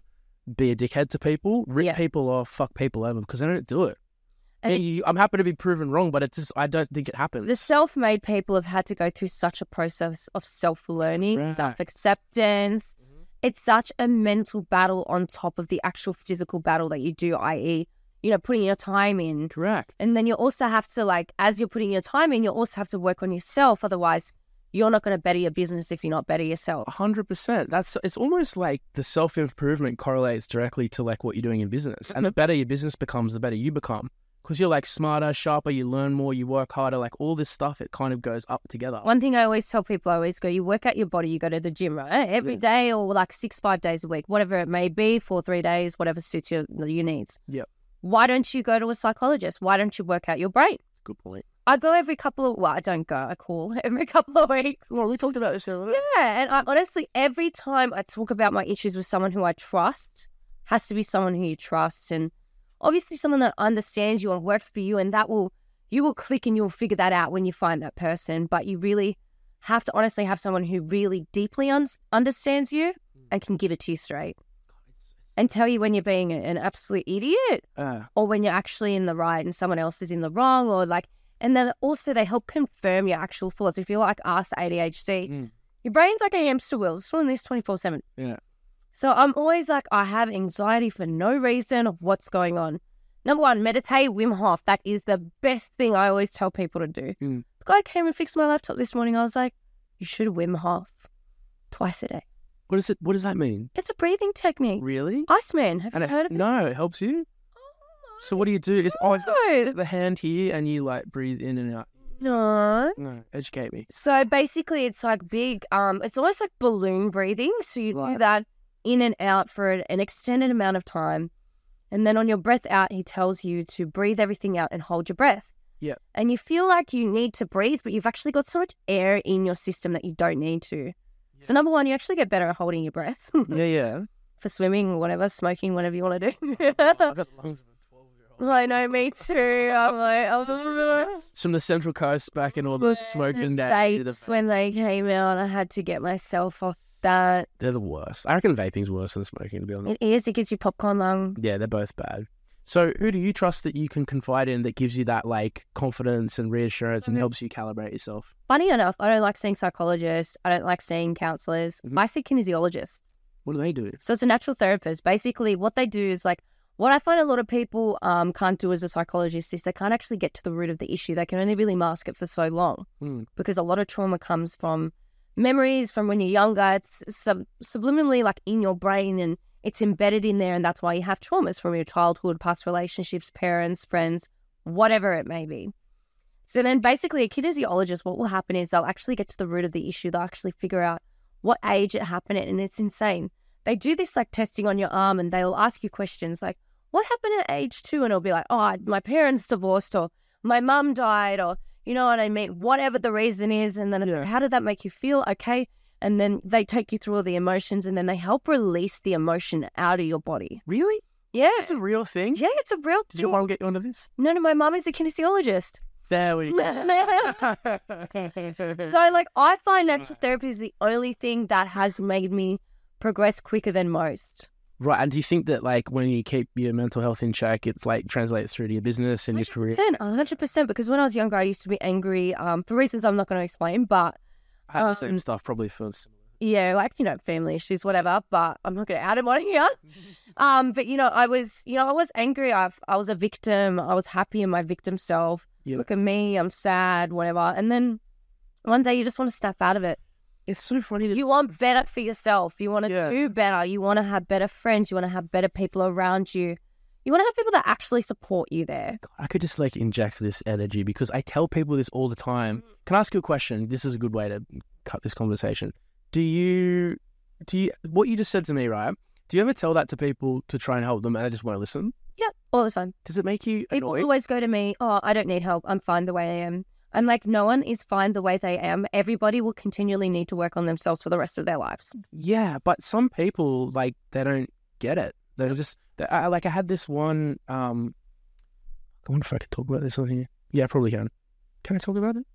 S1: be a dickhead to people, rip
S2: Yeah.
S1: people off, fuck people over because they don't do it.
S2: And
S1: And you- I'm happy to be proven wrong, but it's just I don't think it happens.
S2: the self-made people have had to go through such a process of self-learning
S1: Right. Mm-hmm.
S2: self-acceptance it's such a mental battle on top of the actual physical battle that you do i.e you know putting your time in
S1: Correct.
S2: and then you also have to like as you're putting your time in you also have to work on yourself otherwise you're not going to better your business if you're not better yourself
S1: hundred percent. That's it's almost like the self improvement correlates directly to like what you're doing in business,
S2: Mm-hmm.
S1: and the better your business becomes, the better you become because you're like smarter, sharper, you learn more, you work harder, like all this stuff. It kind of goes up together.
S2: one thing i always tell people i always go you work out your body you go to the gym right every
S1: Yeah.
S2: day or like six five days a week whatever it may be four three days whatever suits your, your needs
S1: Yep.
S2: why don't you go to a psychologist why don't you work out your brain
S1: Good point.
S2: I go every couple of well, I don't go. I call every couple of weeks.
S1: Well, we talked about this. Yeah.
S2: Yeah, and I honestly, every time I talk about my issues with someone who I trust, has to be someone who you trust, and obviously someone that understands you and works for you, and that will you will click and you'll figure that out when you find that person. But you really have to honestly have someone who really deeply un- understands you and can give it to you straight and tell you when you're being an absolute idiot
S1: Uh,
S2: or when you're actually in the right and someone else is in the wrong or like and then also they help confirm your actual thoughts if you're like us adhd
S1: Mm.
S2: your brain's like a hamster wheel it's doing this 24-7
S1: Yeah.
S2: so i'm always like i have anxiety for no reason of what's going on number one meditate wim hof that is the best thing i always tell people to do
S1: Mm.
S2: the guy came and fixed my laptop this morning i was like you should wim hof twice a day
S1: what is it? What does that mean?
S2: it's a breathing technique
S1: Really?
S2: iceman have you
S1: it-
S2: heard of it
S1: no, it helps you. So what do you do? It's oh, it's
S2: no,
S1: the hand here, and you like breathe in and out.
S2: no.
S1: No, educate me.
S2: So basically, it's like big. Um, it's almost like balloon breathing. So you do
S1: Right.
S2: that in and out for an an extended amount of time, and then on your breath out, he tells you to breathe everything out and hold your breath.
S1: Yeah.
S2: And you feel like you need to breathe, but you've actually got so much air in your system that you don't need to. So number one, you actually get better at holding your breath
S1: Yeah, yeah.
S2: for swimming, or whatever, smoking, whatever you want to
S1: I've
S2: do.
S1: got the lungs of a twelve-year-old.
S2: I know, me too. I'm like, I was.
S1: It's from the Central Coast back in all the
S2: Well,
S1: smoke and that.
S2: Vapes when they came out, I had to get myself off that.
S1: They're the worst. I reckon vaping's worse than smoking, to be honest.
S2: It is. It gives you popcorn lung.
S1: Yeah, they're both bad. So, who do you trust that you can confide in that gives you that like confidence and reassurance and
S2: Mhm.
S1: helps you calibrate yourself?
S2: Funny enough, I don't like seeing psychologists. I don't like seeing counselors.
S1: Mhm.
S2: I see kinesiologists.
S1: What do they do?
S2: So it's a natural therapist. Basically, what they do is like what I find a lot of people um, can't do as a psychologist is they can't actually get to the root of the issue. They can only really mask it for so long
S1: Mm.
S2: because a lot of trauma comes from memories from when you're younger. It's sub- subliminally like in your brain and it's embedded in there. And that's why you have traumas from your childhood, past relationships, parents, friends, whatever it may be. So then basically, a kinesiologist, what will happen is they'll actually get to the root of the issue. They'll actually figure out what age it happened at. And it's insane they do this like testing on your arm and they'll ask you questions like, what happened at age two? And it'll be like, oh, I- my parents divorced or my mum died or, you know what I mean? Whatever the reason is. And then it's
S1: Yeah.
S2: like, how did that make you feel? Okay. And then they take you through all the emotions and then they help release the emotion out of your body.
S1: Really?
S2: Yeah.
S1: That's a real thing.
S2: Yeah, it's a real
S1: Did your mom get you onto this?
S2: No, no, my mum is a kinesiologist.
S1: There we go.
S2: So, like, I find natural therapy is the only thing that has made me progress quicker than most.
S1: right. And do you think that like when you keep your mental health in check, it's like translates through to your business and your career?
S2: 100%, 100%. Because when I was younger, I used to be angry um, for reasons I'm not going to explain. But
S1: I have the same
S2: Um,
S1: stuff probably for similar.
S2: yeah, like, you know, family issues, whatever. But I'm not going to add them on here. Um, but, you know, I was, you know, I was angry. I, I was a victim. I was happy in my victim self.
S1: Yeah.
S2: Look at me. I'm sad, whatever. And then one day you just want to snap out of it.
S1: It's so funny. To...
S2: You want better for yourself. You want to
S1: Yeah.
S2: do better. You want to have better friends. You want to have better people around you. You want to have people that actually support you there.
S1: I could just like inject this energy because I tell people this all the time. Can I ask you a question? This is a good way to cut this conversation. Do you, do you, what you just said to me, right? Do you ever tell that to people to try and help them and they just want to listen?
S2: Yep, all the time.
S1: Does it make you
S2: People
S1: annoyed?
S2: always go to me, oh, I don't need help. I'm fine the way I am. And like, no one is fine the way they am. Everybody will continually need to work on themselves for the rest of their lives.
S1: Yeah, but some people like they don't get it. They're just they, I, like I had this one. um I wonder if I could talk about this on here. Yeah, I probably can. Can I talk about it?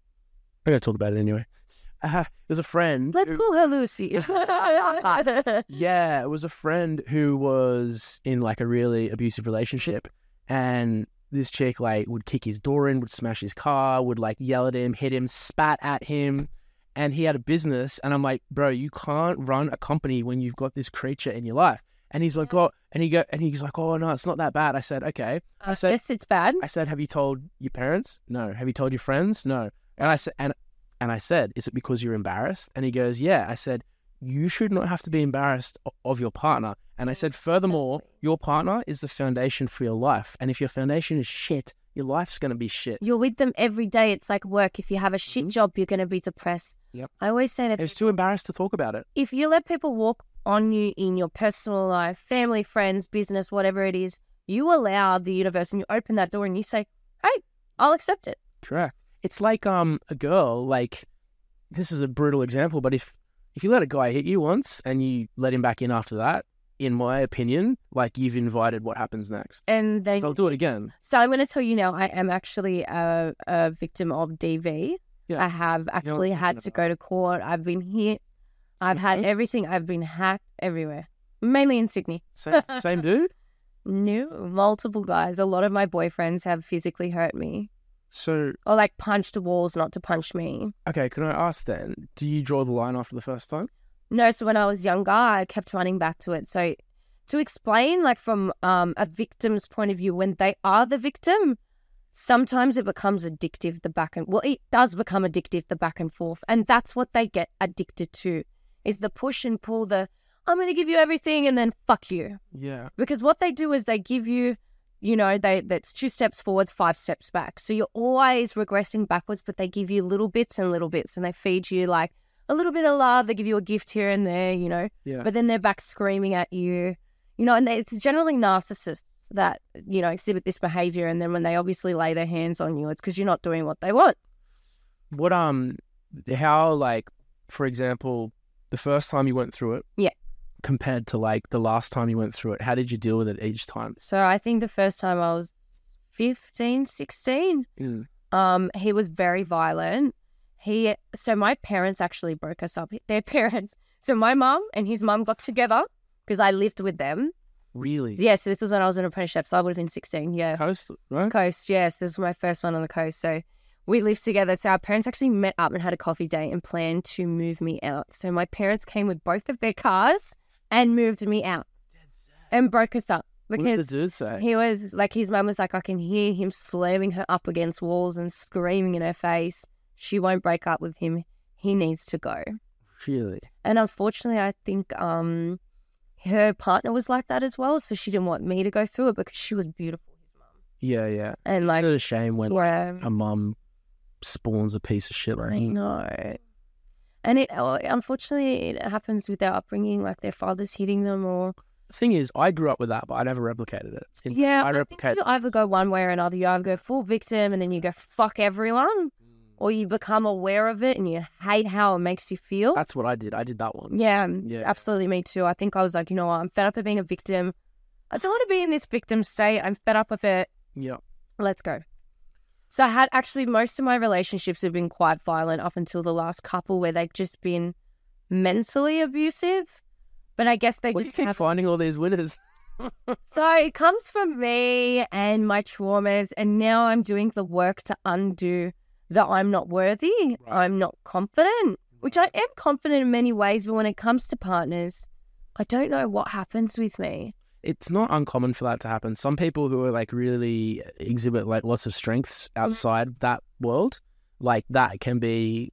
S1: I'm gonna talk about it anyway. Uh, it was a friend.
S2: Let's
S1: who-
S2: call her Lucy.
S1: yeah, it was a friend who was in like a really abusive relationship, and this chick like would kick his door in, would smash his car, would like yell at him, hit him, spat at him, and he had a business. And I'm like, bro, you can't run a company when you've got this creature in your life. And he's like,
S2: Yeah.
S1: oh, and he go, and he's like, oh no, it's not that bad. I said, okay. I said,
S2: yes, it's bad.
S1: I said, have you told your parents? No. Have you told your friends? No. And I said, and and I said, is it because you're embarrassed? And he goes, yeah. I said, you should not have to be embarrassed o- of your partner. And I said, furthermore,
S2: Exactly.
S1: your partner is the foundation for your life. And if your foundation is shit, your life's gonna be shit.
S2: You're with them every day. It's like work. If you have a shit
S1: Mhm.
S2: job, you're going to be depressed.
S1: Yep.
S2: I always say that
S1: I was too embarrassed to talk about it.
S2: if you let people walk on you in your personal life, family, friends, business, whatever it is, you allow the universe and you open that door and you say, hey, I'll accept it.
S1: Correct. It's like um a girl like this is a brutal example, but if if you let a guy hit you once and you let him back in after that, in my opinion, like you've invited what happens next.
S2: And they
S1: So I'll do it again.
S2: So I'm going to tell you now, I am actually a, a victim of DV.
S1: Yeah.
S2: I have
S1: what
S2: actually
S1: I'm
S2: had to
S1: talking
S2: go to court. I've been hit. I've had
S1: Mhm.
S2: everything. I've been hacked everywhere, mainly in Sydney.
S1: Same, same dude.
S2: No, multiple guys. A lot of my boyfriends have physically hurt me
S1: So,
S2: or like punched walls not to punch me.
S1: okay, can I ask then? Do you draw the line after the first time?
S2: No, so when I was younger, I kept running back to it. So to explain, like from um, a victim's point of view, when they are the victim, sometimes it becomes addictive. The back and well, it does become addictive. The back and forth, and that's what they get addicted to is the push and pull. The I'm going to give you everything, and then fuck you.
S1: Yeah.
S2: Because what they do is they give you, you know, they that's two steps forwards, five steps back. So you're always regressing backwards, but they give you little bits and little bits, and they feed you like a little bit of love. They give you a gift here and there, you know,
S1: Yeah.
S2: but then they're back screaming at you, you know. And they, it's generally narcissists that you know exhibit this behavior, and then when they obviously lay their hands on you, it's because you're not doing what they want.
S1: what um, how like, for example, the first time you went through it.
S2: Yeah.
S1: Compared to like the last time you went through it, how did you deal with it each time?
S2: So I think the first time I was 15, 16,
S1: Mm.
S2: Um, he was very violent. He so my parents actually broke us up. Their parents. So my mum and his mum got together because I lived with them.
S1: Really?
S2: Yeah, so this was when I was an apprenticeship, so I would have been 16. Yeah.
S1: Coast, right?
S2: Coast, yes. This was my first one on the coast. So we lived together. So our parents actually met up and had a coffee date and planned to move me out. So my parents came with both of their cars and moved me out and broke us up
S1: What did the
S2: because
S1: dude say?
S2: he was like, his mum was like, I can hear him slamming her up against walls and screaming in her face. She won't break up with him. He needs to go.
S1: Really?
S2: And unfortunately, I think um, her partner was like that as well. So she didn't want me to go through it because she was beautiful, his mum.
S1: Yeah, yeah.
S2: And
S1: Like,
S2: like,
S1: it's a shame when
S2: where,
S1: a mum spawns a piece of shit like
S2: I
S1: him.
S2: know. And it uh, unfortunately it happens with their upbringing, like their fathers hitting them or
S1: The thing is, I grew up with that, but I never replicated it. In fact,
S2: yeah.
S1: I
S2: I think
S1: replicate.
S2: you either go one way or another. You either go full victim and then you go fuck everyone, or you become aware of it and you hate how it makes you feel.
S1: That's what I did. I did that one.
S2: Yeah, um,
S1: Yeah.
S2: absolutely. Me too. I think I was like, you know what? I'm fed up of being a victim. I don't want to be in this victim state. I'm fed up of it.
S1: Yeah.
S2: Let's go. So I had actually most of my relationships have been quite violent up until the last couple where they've just been mentally abusive. But I guess they
S1: Where do you
S2: just
S1: keep
S2: have
S1: finding all these winners?
S2: so it comes from me and my traumas and now I'm doing the work to undo that I'm not worthy. I'm not confident. Which I am confident in many ways, but when it comes to partners, I don't know what happens with me.
S1: It's not uncommon for that to happen. Some people who are like really exhibit like lots of strengths
S2: Mm-hmm.
S1: outside that world, like that can be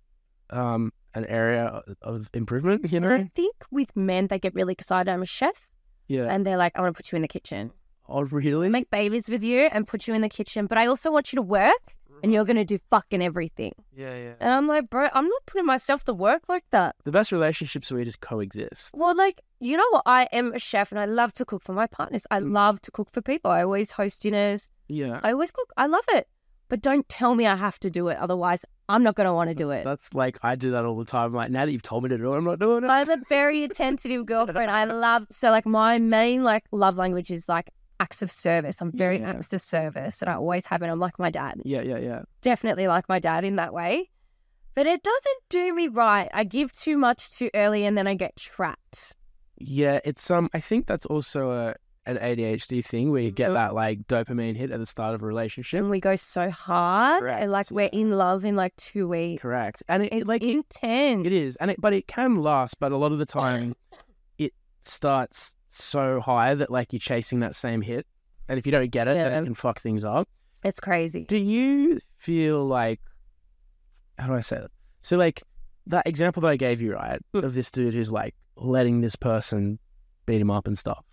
S1: um, an area of improvement, you
S2: And
S1: know?
S2: I think with men they get really excited. I'm a chef
S1: Yeah.
S2: and they're like, I want to put you in the kitchen.
S1: Oh, really?
S2: make babies with you and put you in the kitchen, but I also want you to work and you're going to do fucking everything.
S1: Yeah, yeah.
S2: And I'm like, bro, I'm not putting myself to work like that.
S1: The best relationships are where you just coexist.
S2: Well, like, you know what? I am a chef and I love to cook for my partners. I love to cook for people. I always host dinners.
S1: Yeah.
S2: I always cook. I love it. But don't tell me I have to do it. Otherwise, I'm not going to want to do it.
S1: That's like, I do that all the time. Like, now that you've told me to do it, I'm not doing it.
S2: I'm a very attentive girlfriend. I love so like my main like love language is like acts of service. I'm very
S1: Yeah.
S2: acts of service, and I always have been. I'm like my dad.
S1: Yeah, yeah, yeah.
S2: definitely like my dad in that way. But it doesn't do me right. I give too much too early and then I get trapped.
S1: Yeah, it's um. I think that's also a an ADHD thing where you get
S2: Mhm.
S1: that like dopamine hit at the start of a relationship.
S2: And we go so hard.
S1: Correct,
S2: And like we're
S1: yeah.
S2: in love in like two weeks.
S1: Correct, and it, it,
S2: It's
S1: like it,
S2: intense.
S1: it is, and it but it can last. But a lot of the time, it starts so high that like you're chasing that same hit, and if you don't get it, then
S2: Yeah.
S1: it can fuck things up.
S2: it's crazy.
S1: Do you feel like how do I say that? So like that example that I gave you, right,
S2: Mm.
S1: of this dude who's like letting this person beat him up and stuff.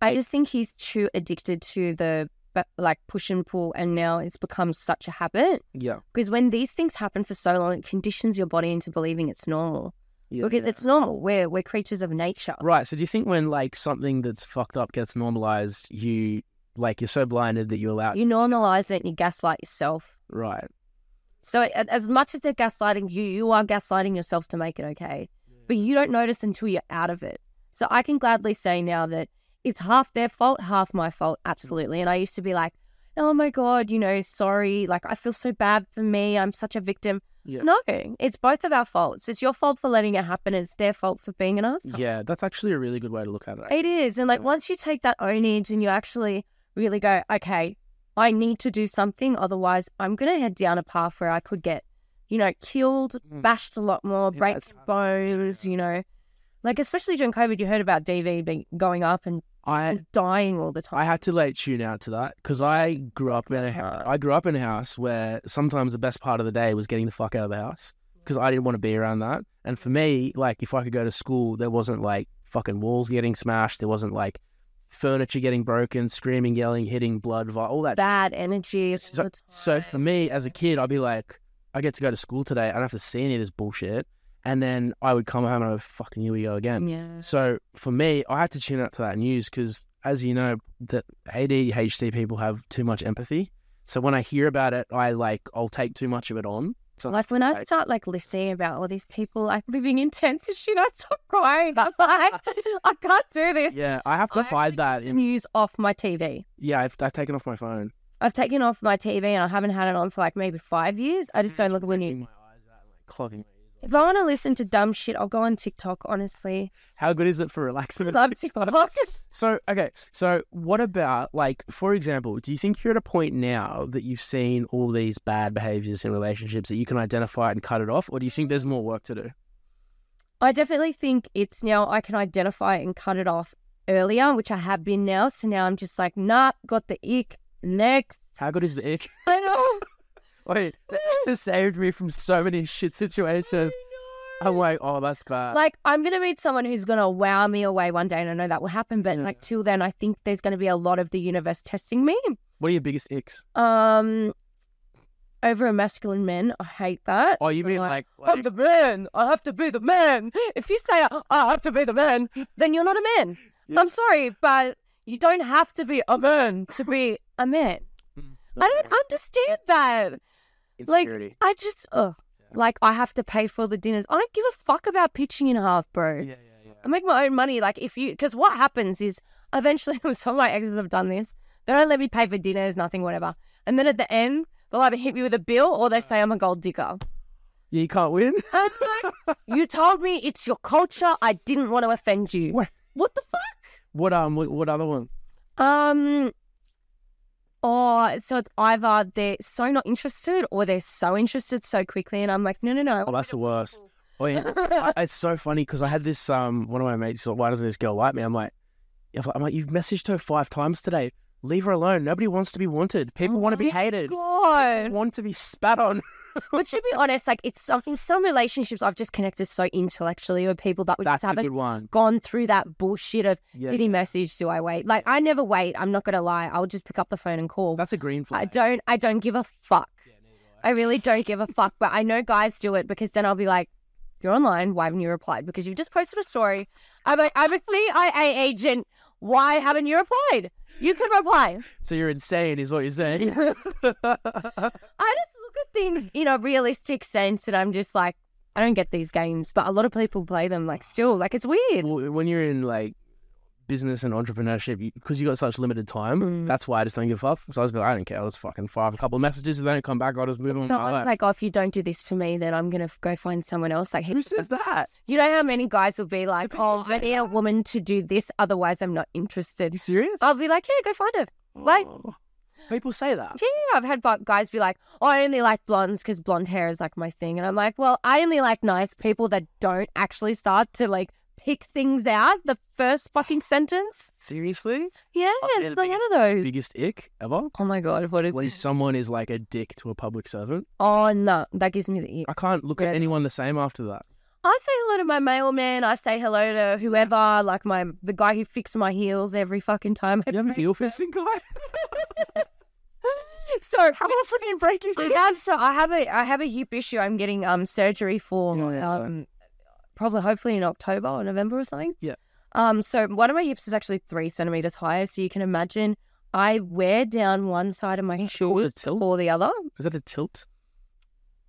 S2: I just think he's too addicted to the but like push and pull and now it's become such a habit.
S1: Yeah,
S2: Because when these things happen for so long, it conditions your body into believing it's normal.
S1: yeah.
S2: because it's normal. We're we're creatures of nature.
S1: Right. So do you think when like something that's fucked up gets normalized, you like you're so blinded that you allow
S2: You normalize it and you gaslight yourself.
S1: right?
S2: So a- as much as they're gaslighting you, you are gaslighting yourself to make it okay. But you don't notice until you're out of it. So I can gladly say now that it's half their fault, half my fault, absolutely. And I used to be like, oh my God, you know, sorry. Like, I feel so bad for me. I'm such a victim.
S1: Yeah.
S2: No, it's both of our faults. It's your fault for letting it happen. It's their fault for being an asshole.
S1: Yeah, that's actually a really good way to look at it.
S2: It is. And like, once you take that ownage and you actually really go, okay, I need to do something. Otherwise, I'm going to head down a path where I could get, you know, killed,
S1: Mm.
S2: bashed a lot more,
S1: Yeah,
S2: break
S1: it's
S2: some
S1: hard.
S2: bones,
S1: Yeah.
S2: you know. Like, especially during COVID, you heard about DV being going up and,
S1: I
S2: and dying all the time.
S1: Mm. I had to like tune out to that because I grew up in a hou- I grew up in a house where sometimes the best part of the day was getting the fuck out of the house because I didn't want to be around that. And for me, like if I could go to school, there wasn't like fucking walls getting smashed, there wasn't like furniture getting broken, screaming, yelling, hitting, blood, vi- all that
S2: Bad energy. all
S1: So-
S2: the time.
S1: So for me as a kid, I'd be like, I get to go to school today. I don't have to see any of this bullshit. And then I would come home and I would fucking here we go again.
S2: yeah.
S1: So for me, I had to tune out to that news because, as you know, that ADHD people have too much empathy. So when I hear about it, I like I'll take too much of it on. So
S2: Like when I
S1: like-
S2: start like listening about all these people like living in tents and shit, I stop crying. I'm like, I can't do this.
S1: yeah, I have to
S2: I
S1: hide that.
S2: The
S1: In,
S2: news off my TV.
S1: yeah, I've, I've taken off my phone.
S2: I've taken Mm-hmm. off my TV and I haven't had it on for like maybe five years. I just don't look at the news.
S1: Clogging my ears
S2: If I want to listen to dumb shit, I'll go on TikTok, honestly.
S1: How good is it for relaxing?
S2: Love TikTok.
S1: So, okay. So, what about, like, for example, do you think you're at a point now that you've seen all these bad behaviors in relationships that you can identify it and cut it off? Or do you think there's more work to do?
S2: I definitely think it's now I can identify it and cut it off earlier, which I have been now. So now I'm just like, nah, got the ick. Next.
S1: How good is the ick?
S2: I know.
S1: Wait, this saved me from so many shit situations.
S2: I
S1: I'm
S2: know.
S1: like, oh, that's bad.
S2: Like, I'm going to meet someone who's going to wow me away one day, and I know that will happen. But,
S1: Yeah.
S2: like, till then, I think there's going to be a lot of the universe testing me.
S1: what are your biggest icks?
S2: Um, over masculine men, I hate that.
S1: Oh, you mean
S2: Like,
S1: like,
S2: I'm the man. I have to be the man. If you say I have to be the man, then you're not a man.
S1: Yeah.
S2: I'm sorry, but you don't have to be a man to be a man.
S1: Mm.
S2: I don't understand that. like-
S1: Insecurity.
S2: I just, ugh. Like, I have to pay for the dinners. I don't give a fuck about pitching in half, bro.
S1: yeah, yeah,
S2: I make my own money. Like, if you, because what happens is eventually, some of my exes have done this. They don't let me pay for dinners, nothing, whatever. And then at the end, they'll either hit me with a bill or they say I'm a gold digger.
S1: yeah. You can't win.
S2: I'm like, you told me it's your culture. I didn't want to offend you.
S1: What?
S2: What the fuck?
S1: What um? What, what other one?
S2: Um. Oh, so it's either they're so not interested or they're so interested so quickly, and I'm like, no, no, no.
S1: Oh, that's the worst. Oh, yeah. I- it's so funny because I had this um one of my mates. Like, Why doesn't this girl like me? I'm like, I'm like, you've messaged her five times today. Leave her alone. Nobody wants to be wanted. People
S2: Oh
S1: want to be
S2: my
S1: hated.
S2: God.
S1: Want to be spat on.
S2: But to be honest, like it's some, in some relationships I've just connected so intellectually with people that we
S1: That's
S2: just
S1: a
S2: haven't
S1: good one.
S2: gone through that bullshit of
S1: Yeah,
S2: did he message? Do I wait? Like I never wait. I'm not gonna lie. I'll just pick up the phone and call.
S1: that's a green
S2: I
S1: flag.
S2: don't. I don't give a fuck. I really don't give a fuck. But I know guys do it because then I'll be like, "You're online. Why haven't you replied? Because you've just posted a story. I'm a, I'm a CIA agent. Why haven't you replied? You can reply.
S1: So you're insane, is what you're saying.
S2: I just look at things in a realistic sense, and I'm just like, I don't get these games. But a lot of people play them. Like still, like it's weird.
S1: Well, when you're in like business and entrepreneurship, because you, got such limited time,
S2: Mm.
S1: that's why I just don't give a fuck. So I was like, I don't care. I'll just fucking fire off a couple of messages. If they don't come back, I'll just move on. with my
S2: Someone's
S1: life.
S2: like, "Oh, if you don't do this for me, then I'm gonna f- go find someone else." Like,
S1: Who says that?
S2: you know how many guys will be like,
S1: people
S2: "Oh,
S1: say
S2: I need a woman to do this, otherwise I'm not interested."
S1: you serious?
S2: I'll be like, yeah, go find her. Like,
S1: Oh. people say that.
S2: yeah, I've had bu- guys be like, oh, I only like blondes because blonde hair is like my thing. And I'm like, well, I only like nice people that don't actually start to like pick things out the first fucking sentence.
S1: Seriously?
S2: Yeah,
S1: I've been
S2: it's
S1: the
S2: like one of those.
S1: Biggest ick ever?
S2: Oh my God, what is
S1: When
S2: this?
S1: someone is like a dick to a public servant,
S2: Oh no, that gives me the ick.
S1: I can't look
S2: Yeah.
S1: at anyone the same after that.
S2: I say hello to my mailman. I say hello to whoever, like my the guy who fixed my heels every fucking time. I
S1: You have a
S2: break
S1: heel fixing guy?
S2: So
S1: How often are you breaking?
S2: I have so I have a I have a hip issue. I'm getting um surgery for
S1: Oh, Yeah, yeah,
S2: um probably hopefully in October or November or something.
S1: Yeah.
S2: Um. So one of my hips is actually three centimeters higher. So you can imagine I wear down one side of my
S1: Is
S2: shoes
S1: that a tilt?
S2: or the other.
S1: Is that a tilt?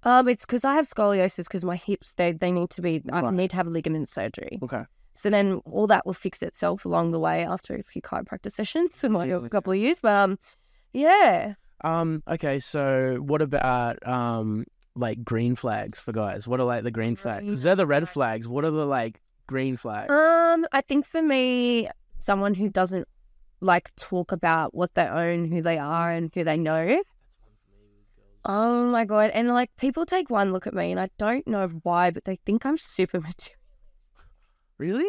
S2: Um. It's because I have scoliosis because my hips they they need to be I
S1: Right.
S2: need to have ligament surgery.
S1: Okay.
S2: So then all that will fix itself along the way after a few chiropractor sessions in like a
S1: Yeah.
S2: couple of years. But um, yeah.
S1: Um. Okay. So, what about um like green flags for guys? What are like the green flags?
S2: Green
S1: Because they're the red flags.
S2: flags.
S1: What are the like green flags?
S2: Um, I think for me, someone who doesn't like talk about what they own, who they are, and who they know. Oh my god! And like people take one look at me, and I don't know why, but they think I'm super material.
S1: Really?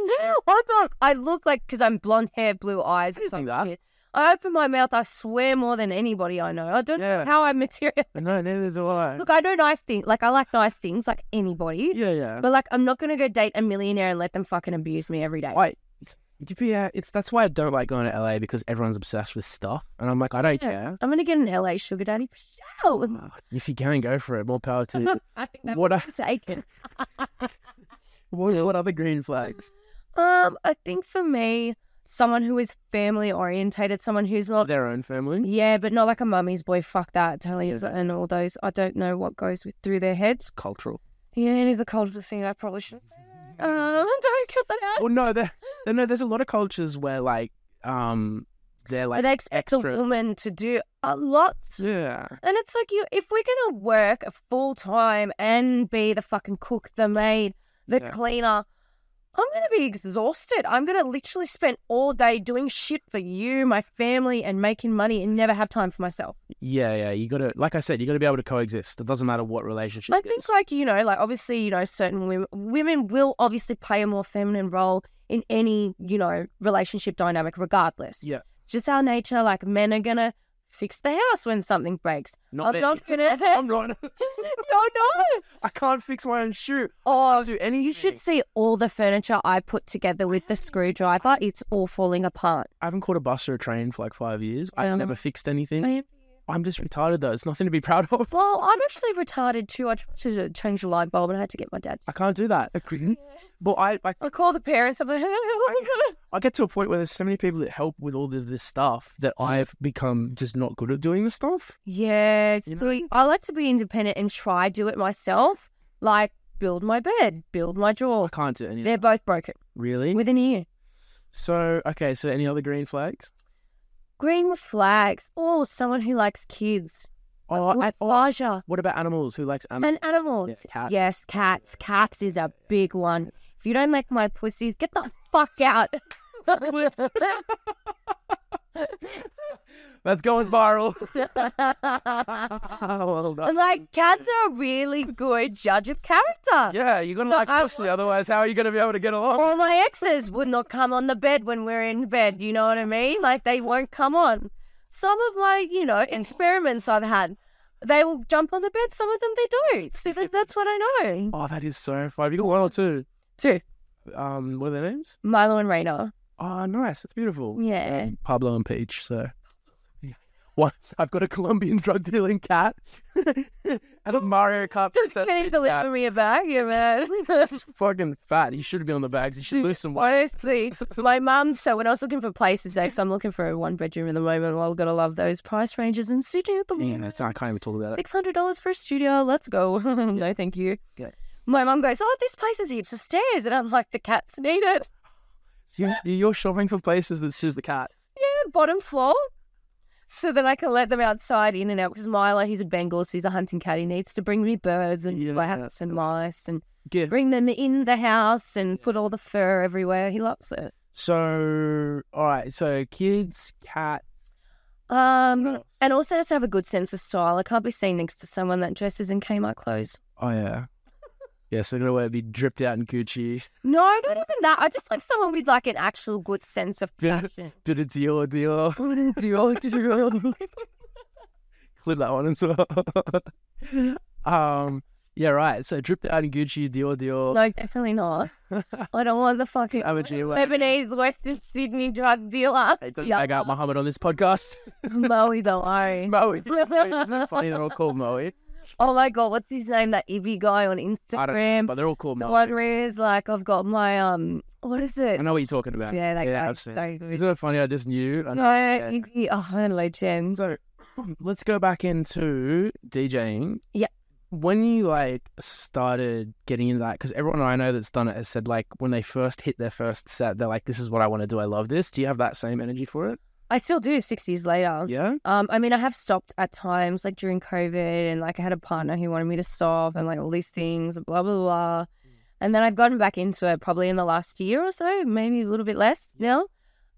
S2: I'm not. I look like because I'm blonde hair, blue eyes.
S1: I didn't
S2: some
S1: think that.
S2: shit. I open my mouth, I swear more than anybody I know. I don't know
S1: Yeah.
S2: how I'm material.
S1: No, neither do I.
S2: Look, I do nice things. Like I like nice things, like anybody.
S1: Yeah, yeah.
S2: But like, I'm not gonna go date a millionaire and let them fucking abuse me every day.
S1: I, yeah, uh, it's that's why I don't like going to LA because everyone's obsessed with stuff, and I'm like, I don't
S2: Yeah.
S1: care. Ah,
S2: I'm gonna get an LA sugar daddy for sure.
S1: If you can go for it, more power to you.
S2: I think that
S1: what,
S2: would
S1: are,
S2: be taken.
S1: what what other green flags?
S2: Um, I think for me, someone who is family orientated, someone who's not,
S1: Their own family.
S2: yeah, but not like a mummy's boy. Fuck that, Italians
S1: Yeah.
S2: and all those. I don't know what goes with, through their heads.
S1: Cultural.
S2: Yeah, it is the cultural thing. I probably should. Um, don't cut that out.
S1: Well, no, there, there- no, there's a lot of cultures where like um they're
S2: But
S1: like
S2: they expect
S1: extra-
S2: a woman to do a lot.
S1: yeah.
S2: And it's like you if we're gonna work full time and be the fucking cook, the maid, the
S1: Yeah.
S2: cleaner, I'm gonna be exhausted. I'm gonna literally spend all day doing shit for you, my family, and making money and never have time for myself.
S1: Yeah, yeah. You gotta, like I said, you gotta be able to coexist. It doesn't matter what relationship.
S2: I
S1: it
S2: think
S1: is.
S2: like you know, like obviously you know, certain women women will obviously play a more feminine role in any you know relationship dynamic, regardless.
S1: Yeah.
S2: it's just our nature. Like men are gonna fix the house when something breaks.
S1: Not
S2: I'm
S1: me.
S2: not gonna.
S1: I'm not.
S2: no, no.
S1: I can't fix my own shoe.
S2: Oh,
S1: I'll do anything.
S2: you should see all the furniture I put together with the screwdriver. It's all falling apart.
S1: I haven't caught a bus or a train for like five years.
S2: Yeah.
S1: I've never fixed anything.
S2: I-
S1: I'm just retarded though. It's nothing to be proud of.
S2: Well, I'm actually retarded too. I tried to change a light bulb and I had to get my dad.
S1: I can't do that. But I, I,
S2: I call the parents. I'm like, oh
S1: I get to a point where there's so many people that help with all of this stuff that
S2: Mm.
S1: I've become just not good at doing this stuff.
S2: Yes.
S1: You know?
S2: So I like to be independent and try do it myself. Like build my bed, build my
S1: I
S2: drawers.
S1: can't do any.
S2: They're both broken
S1: Really?
S2: within a year.
S1: So okay. So any other green flags?
S2: Green flags. Oh, someone who likes kids.
S1: Oh,
S2: Oh,
S1: I- oh,
S2: Faja.
S1: what about animals? Who likes animals?
S2: And animals.
S1: Yeah, cats.
S2: Yes, cats. Cats is a big one. If you don't like my pussies, get the fuck out. Uh,
S1: That's going viral.
S2: and
S1: Oh, well done.
S2: like cats are a really good judge of character.
S1: uh, Yeah, you're gonna
S2: So
S1: like
S2: I
S1: pussy.
S2: was-
S1: Otherwise, how are you gonna be able to get along?
S2: All my exes would not come on the bed when we're in bed. You know what I mean? Like they won't come on. Some of my, you know, experiments I've had, they will jump on the bed. Some of them they don't. So that, that's what I know.
S1: Oh, that is so fun. Have you got one or two?
S2: Two,
S1: Um, what are their names?
S2: Milo and Raina.
S1: Oh, nice. That's beautiful.
S2: Yeah.
S1: Um, Pablo and Peach. So, Yeah. what? I've got a Colombian drug dealing cat and a Mario Kart.
S2: Just
S1: princess
S2: getting
S1: cat.
S2: delivery me a bag, yeah, man.
S1: He's fucking fat. He should be on the bags. He should lose some weight.
S2: Honestly, my mum. So when I was looking for places, eh, so I'm looking for a one bedroom at the moment. Well, gotta love those price ranges in Sydney at the
S1: Yeah,
S2: moment.
S1: that's, I can't even talk about it.
S2: six hundred dollars for a studio. Let's go. no, thank you.
S1: Yeah.
S2: My mum goes, oh, this place is heaps of stairs, and I'm like, the cats need it.
S1: You, you're shopping for places that suit the cat.
S2: Yeah, bottom floor. So then I can let them outside, in and out. Because Milo, he's a Bengal, so he's a hunting cat. He needs to bring me birds and
S1: Yeah.
S2: rats and mice, and
S1: Good.
S2: bring them in the house and put all the fur everywhere. He loves it.
S1: So, all right. So, kids, cat. What
S2: Um,
S1: else?
S2: and also just have a good sense of style. I can't be seen next to someone that dresses in Kmart clothes.
S1: Oh yeah. Yeah, so they're gonna wear be dripped out in Gucci.
S2: No, not even that. I just like someone with like an actual good sense of
S1: Yeah.
S2: fashion.
S1: Did a deal, deal, deal, deal. Clip that one as well. um, yeah, right. So dripped out in Gucci, deal, deal.
S2: No, definitely not. I don't want the fucking
S1: I'm a Jew.
S2: Lebanese Western Sydney drug dealer.
S1: I don't
S2: Yeah.
S1: bag out Muhammad on this podcast.
S2: Maui, don't worry.
S1: Moe. Isn't it funny they're all called Moe?
S2: Oh my god, what's his name? That Ibby guy on Instagram.
S1: But they're all called
S2: The
S1: Moe.
S2: one where he's like, I've got my um, what is
S1: I
S2: it?
S1: know what you're talking about.
S2: Yeah, that
S1: yeah, I've
S2: guy's
S1: seen.
S2: so good.
S1: Isn't it funny? I just knew. I
S2: No, Iggy, oh, hello, Jen.
S1: So let's go back into DJing.
S2: Yeah.
S1: When you like started getting into that, because everyone I know that's done it has said like when they first hit their first set, they're like, "This is what I want to do. I love this." Do you have that same energy for it?
S2: I still do six years later.
S1: Yeah.
S2: Um, I mean, I have stopped at times, like during COVID, and like I had a partner who wanted me to stop, and like all these things, and blah blah blah. And then I've gotten back into it probably in the last year or so, maybe a little bit less now.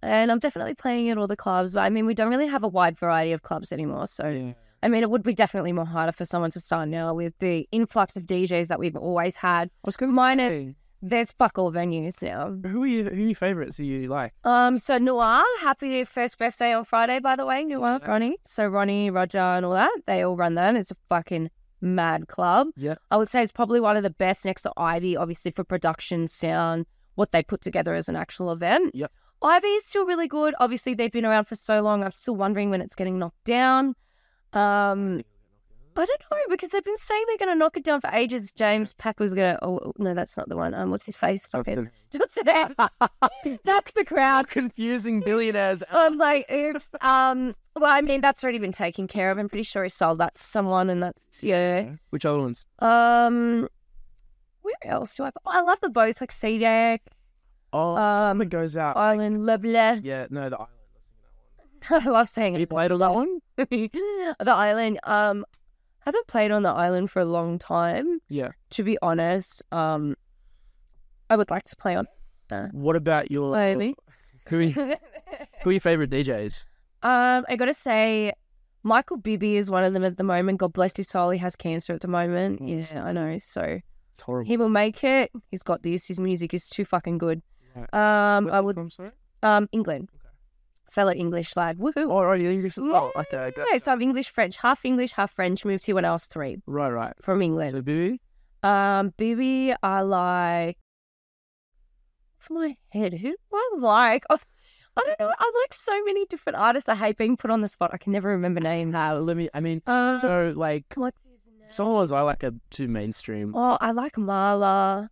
S2: And I'm definitely playing at all the clubs, but I mean, we don't really have a wide variety of clubs anymore. So
S1: Yeah.
S2: I mean, it would be definitely more harder for someone to start now with the influx of DJs that we've always
S1: I
S2: had.
S1: was going
S2: Mine is- There's fuck all venues now.
S1: Who are you? Who are your favorites? That you like?
S2: Um, so Noir, happy first birthday on Friday, by the way, Noir,
S1: Yeah.
S2: Ronnie. So Ronnie, Roger, and all that, they all run that. It's a fucking mad club.
S1: Yeah.
S2: I would say it's probably one of the best next to Ivy, obviously for production, sound, what they put together as an actual event.
S1: Yep.
S2: Ivy is still really good. Obviously, they've been around for so long. I'm still wondering when it's getting knocked down. Um, I don't know because they've been saying they're going to knock it down for ages. James Pack was going to. Oh no, that's not the one. Um, what's his face? Fuck it. Just that's the crowd.
S1: Confusing billionaires.
S2: I'm like, oops. Um, well, I mean, that's already been taken care of. I'm pretty sure he sold that to someone, and that's yeah.
S1: Uh, Which other ones?
S2: Um, where else do I? Oh, I love the boats like Sea Deck,
S1: Oh,
S2: Um,
S1: um, it goes out.
S2: Island Lovely.
S1: yeah, no, the island.
S2: I love saying
S1: Have you played on that one?
S2: the island. Um, haven't played on the island for a long time.
S1: Yeah.
S2: To be honest, um, I would like to play on.
S1: What about your
S2: Maybe.
S1: Who are, you-
S2: um,
S1: who are your favorite DJs?
S2: I gotta say, Michael Bibby is one of them at the moment. God bless his soul. He has cancer at the moment.
S1: Yes.
S2: Yeah, I know. So
S1: It's horrible.
S2: he will make it. He's got this. His music is too fucking good.
S1: Right.
S2: Um,
S1: Where's
S2: I
S1: he
S2: would.
S1: from, sorry?
S2: Um, England.
S1: Okay.
S2: Fellow English lad. Woohoo.
S1: Oh, right. You're just, oh, okay, I got
S2: Yeah, so I'm English French, half English, half French. Moved here when I was three
S1: Right, right.
S2: from England.
S1: So, Bibi?
S2: Um, Bibi, I like. For my head, who do I like? Oh, I don't know. I like so many different artists. I hate being put on the spot. I can never remember names.
S1: Nah, let me, I mean,
S2: Uh,
S1: so like,
S2: what's his name?
S1: some of the ones I like are too mainstream.
S2: oh, I like Marla.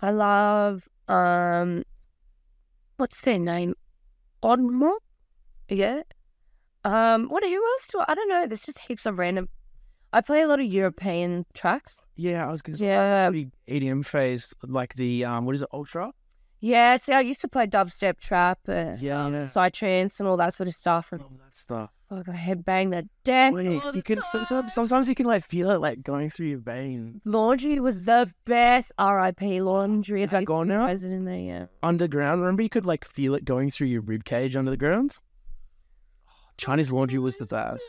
S2: I love um, what's their name? Oddmob. Yeah. Um, what? Who else do I? I don't know. There's just heaps of random. I play a lot of European tracks.
S1: Yeah, I was going to say,
S2: Yeah.
S1: the EDM phase, like the, um, what is it, Ultra?
S2: Yeah, see, I used to play dubstep, trap, uh,
S1: Yeah, yeah.
S2: psytrance, and all that sort of stuff. And
S1: Love that stuff.
S2: fuck, I headbang the dance.
S1: Wait,
S2: all the
S1: you can,
S2: time.
S1: sometimes, sometimes you can like feel it like going through your veins.
S2: Laundry was the best. R.I.P. Laundry.
S1: Is that gone now?
S2: President there, yeah.
S1: underground. Remember, you could like feel it going through your rib cage under the ground. Chinese laundry was the best.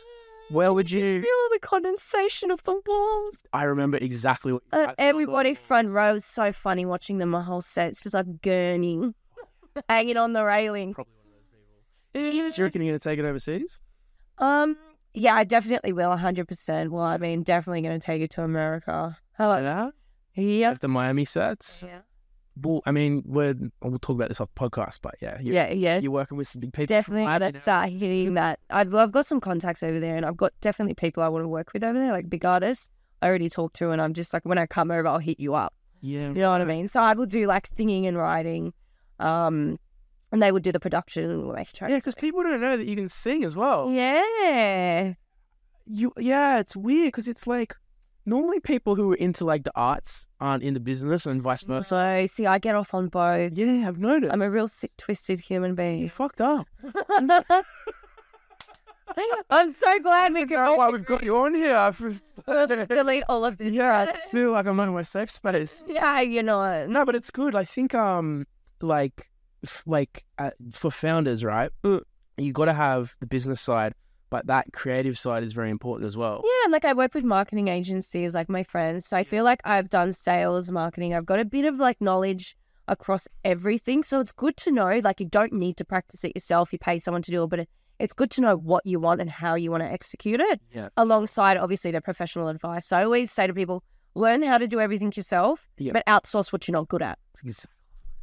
S1: Where would you?
S2: Feel the condensation of the walls.
S1: I remember exactly what.
S2: Uh, everybody front row is so funny watching them. My whole set, it's just like gurning, hanging on the railing.
S1: Probably one of those people. Do you reckon you're gonna take it overseas?
S2: Um, yeah, I definitely will, hundred percent. Well, I mean, definitely going to take it to America. How about
S1: Yeah.
S2: Uh, yeah? Uh-huh.
S1: After Miami sets.
S2: Yeah,
S1: Well, I mean, we're we'll talk about this off podcast, but yeah, you're,
S2: yeah, yeah.
S1: You're working with some big people.
S2: Definitely
S1: Right,
S2: gonna
S1: you know.
S2: start hitting that. I've, I've got some contacts over there, and I've got definitely people I want to work with over there, like big artists. I already talked to, and I'm just like, when I come over, I'll hit you up.
S1: Yeah.
S2: You know what I mean? So I will do like singing and writing, um, and they would do the production and we'll make
S1: Yeah, oh.
S2: tracks.
S1: because people don't know that you can sing as well.
S2: Yeah,
S1: You, yeah, it's weird because it's like normally people who are into like the arts aren't into business and vice versa.
S2: So see, I get off on both.
S1: Yeah, I've noticed.
S2: I'm a real sick, twisted human
S1: you
S2: being.
S1: fucked up.
S2: I'm so glad we can
S1: Oh, why we've got you on here. I've-
S2: delete all of this.
S1: yeah, I feel like I'm not in my safe space.
S2: yeah, you know.
S1: No, but it's good. I think, um, like, f- like uh, for founders, right?
S2: Mm.
S1: You got to have the business side, but that creative side is very important as well.
S2: Yeah, and like I work with marketing agencies, like my friends. So I feel like I've done sales, marketing. I've got a bit of like knowledge across everything. So it's good to know, like, you don't need to practice it yourself. You pay someone to do it, but it, it's good to know what you want and how you want to execute it
S1: Yeah,
S2: alongside, obviously, their professional advice. So I always say to people, learn how to do everything yourself,
S1: Yeah.
S2: but outsource what you're not good at.
S1: It's-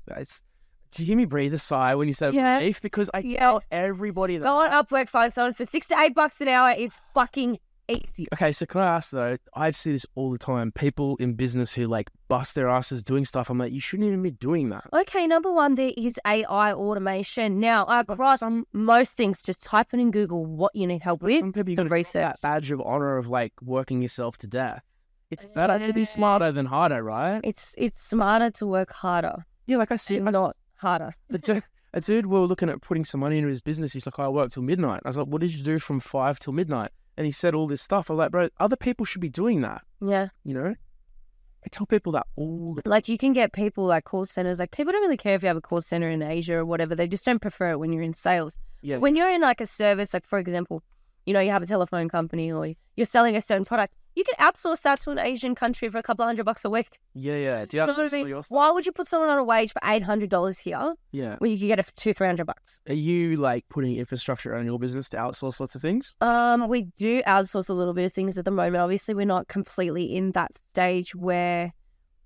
S1: That's, do you hear me breathe a sigh when you say
S2: Yeah.
S1: relief? Because I
S2: Yeah.
S1: tell everybody that.
S2: Go on Upwork, find someone for six to eight bucks an hour. It's fucking easy.
S1: Okay, so can I ask though? I see this all the time. People in business who like bust their asses doing stuff. I'm like, you shouldn't even be doing that.
S2: Okay, number one, there is AI automation. Now,
S1: But
S2: across
S1: some
S2: most things, just type it in Google what you need help with.
S1: some people you gotta
S2: and
S1: take
S2: research.
S1: that badge of honor of like working yourself to death. It's better to be smarter than harder, right?
S2: It's it's smarter to work harder,
S1: Yeah, like I see.
S2: and
S1: I-
S2: not harder.
S1: the du- a dude we were looking at putting some money into his business. He's like, "Oh, I work till midnight. I was like, What did you do from five till midnight? And he said all this stuff. I'm like, bro, other people should be doing that.
S2: Yeah,
S1: You know, I tell people that all the
S2: like you can get people like call centers. Like people don't really care if you have a call center in Asia or whatever. They just don't prefer it when you're in sales.
S1: yeah.
S2: When you're in like a service, like for example, you know you have a telephone company or you're selling a certain product, you can outsource that to an Asian country for a couple of hundred bucks a week.
S1: yeah, yeah. Do you
S2: You know
S1: have
S2: what I mean?
S1: somebody else?
S2: Why would you put someone on a wage for eight hundred dollars here
S1: Yeah.
S2: when you could get it for two three hundred bucks?
S1: Are you like putting infrastructure on your business to outsource lots of things?
S2: Um, we do outsource a little bit of things at the moment. Obviously, we're not completely in that stage where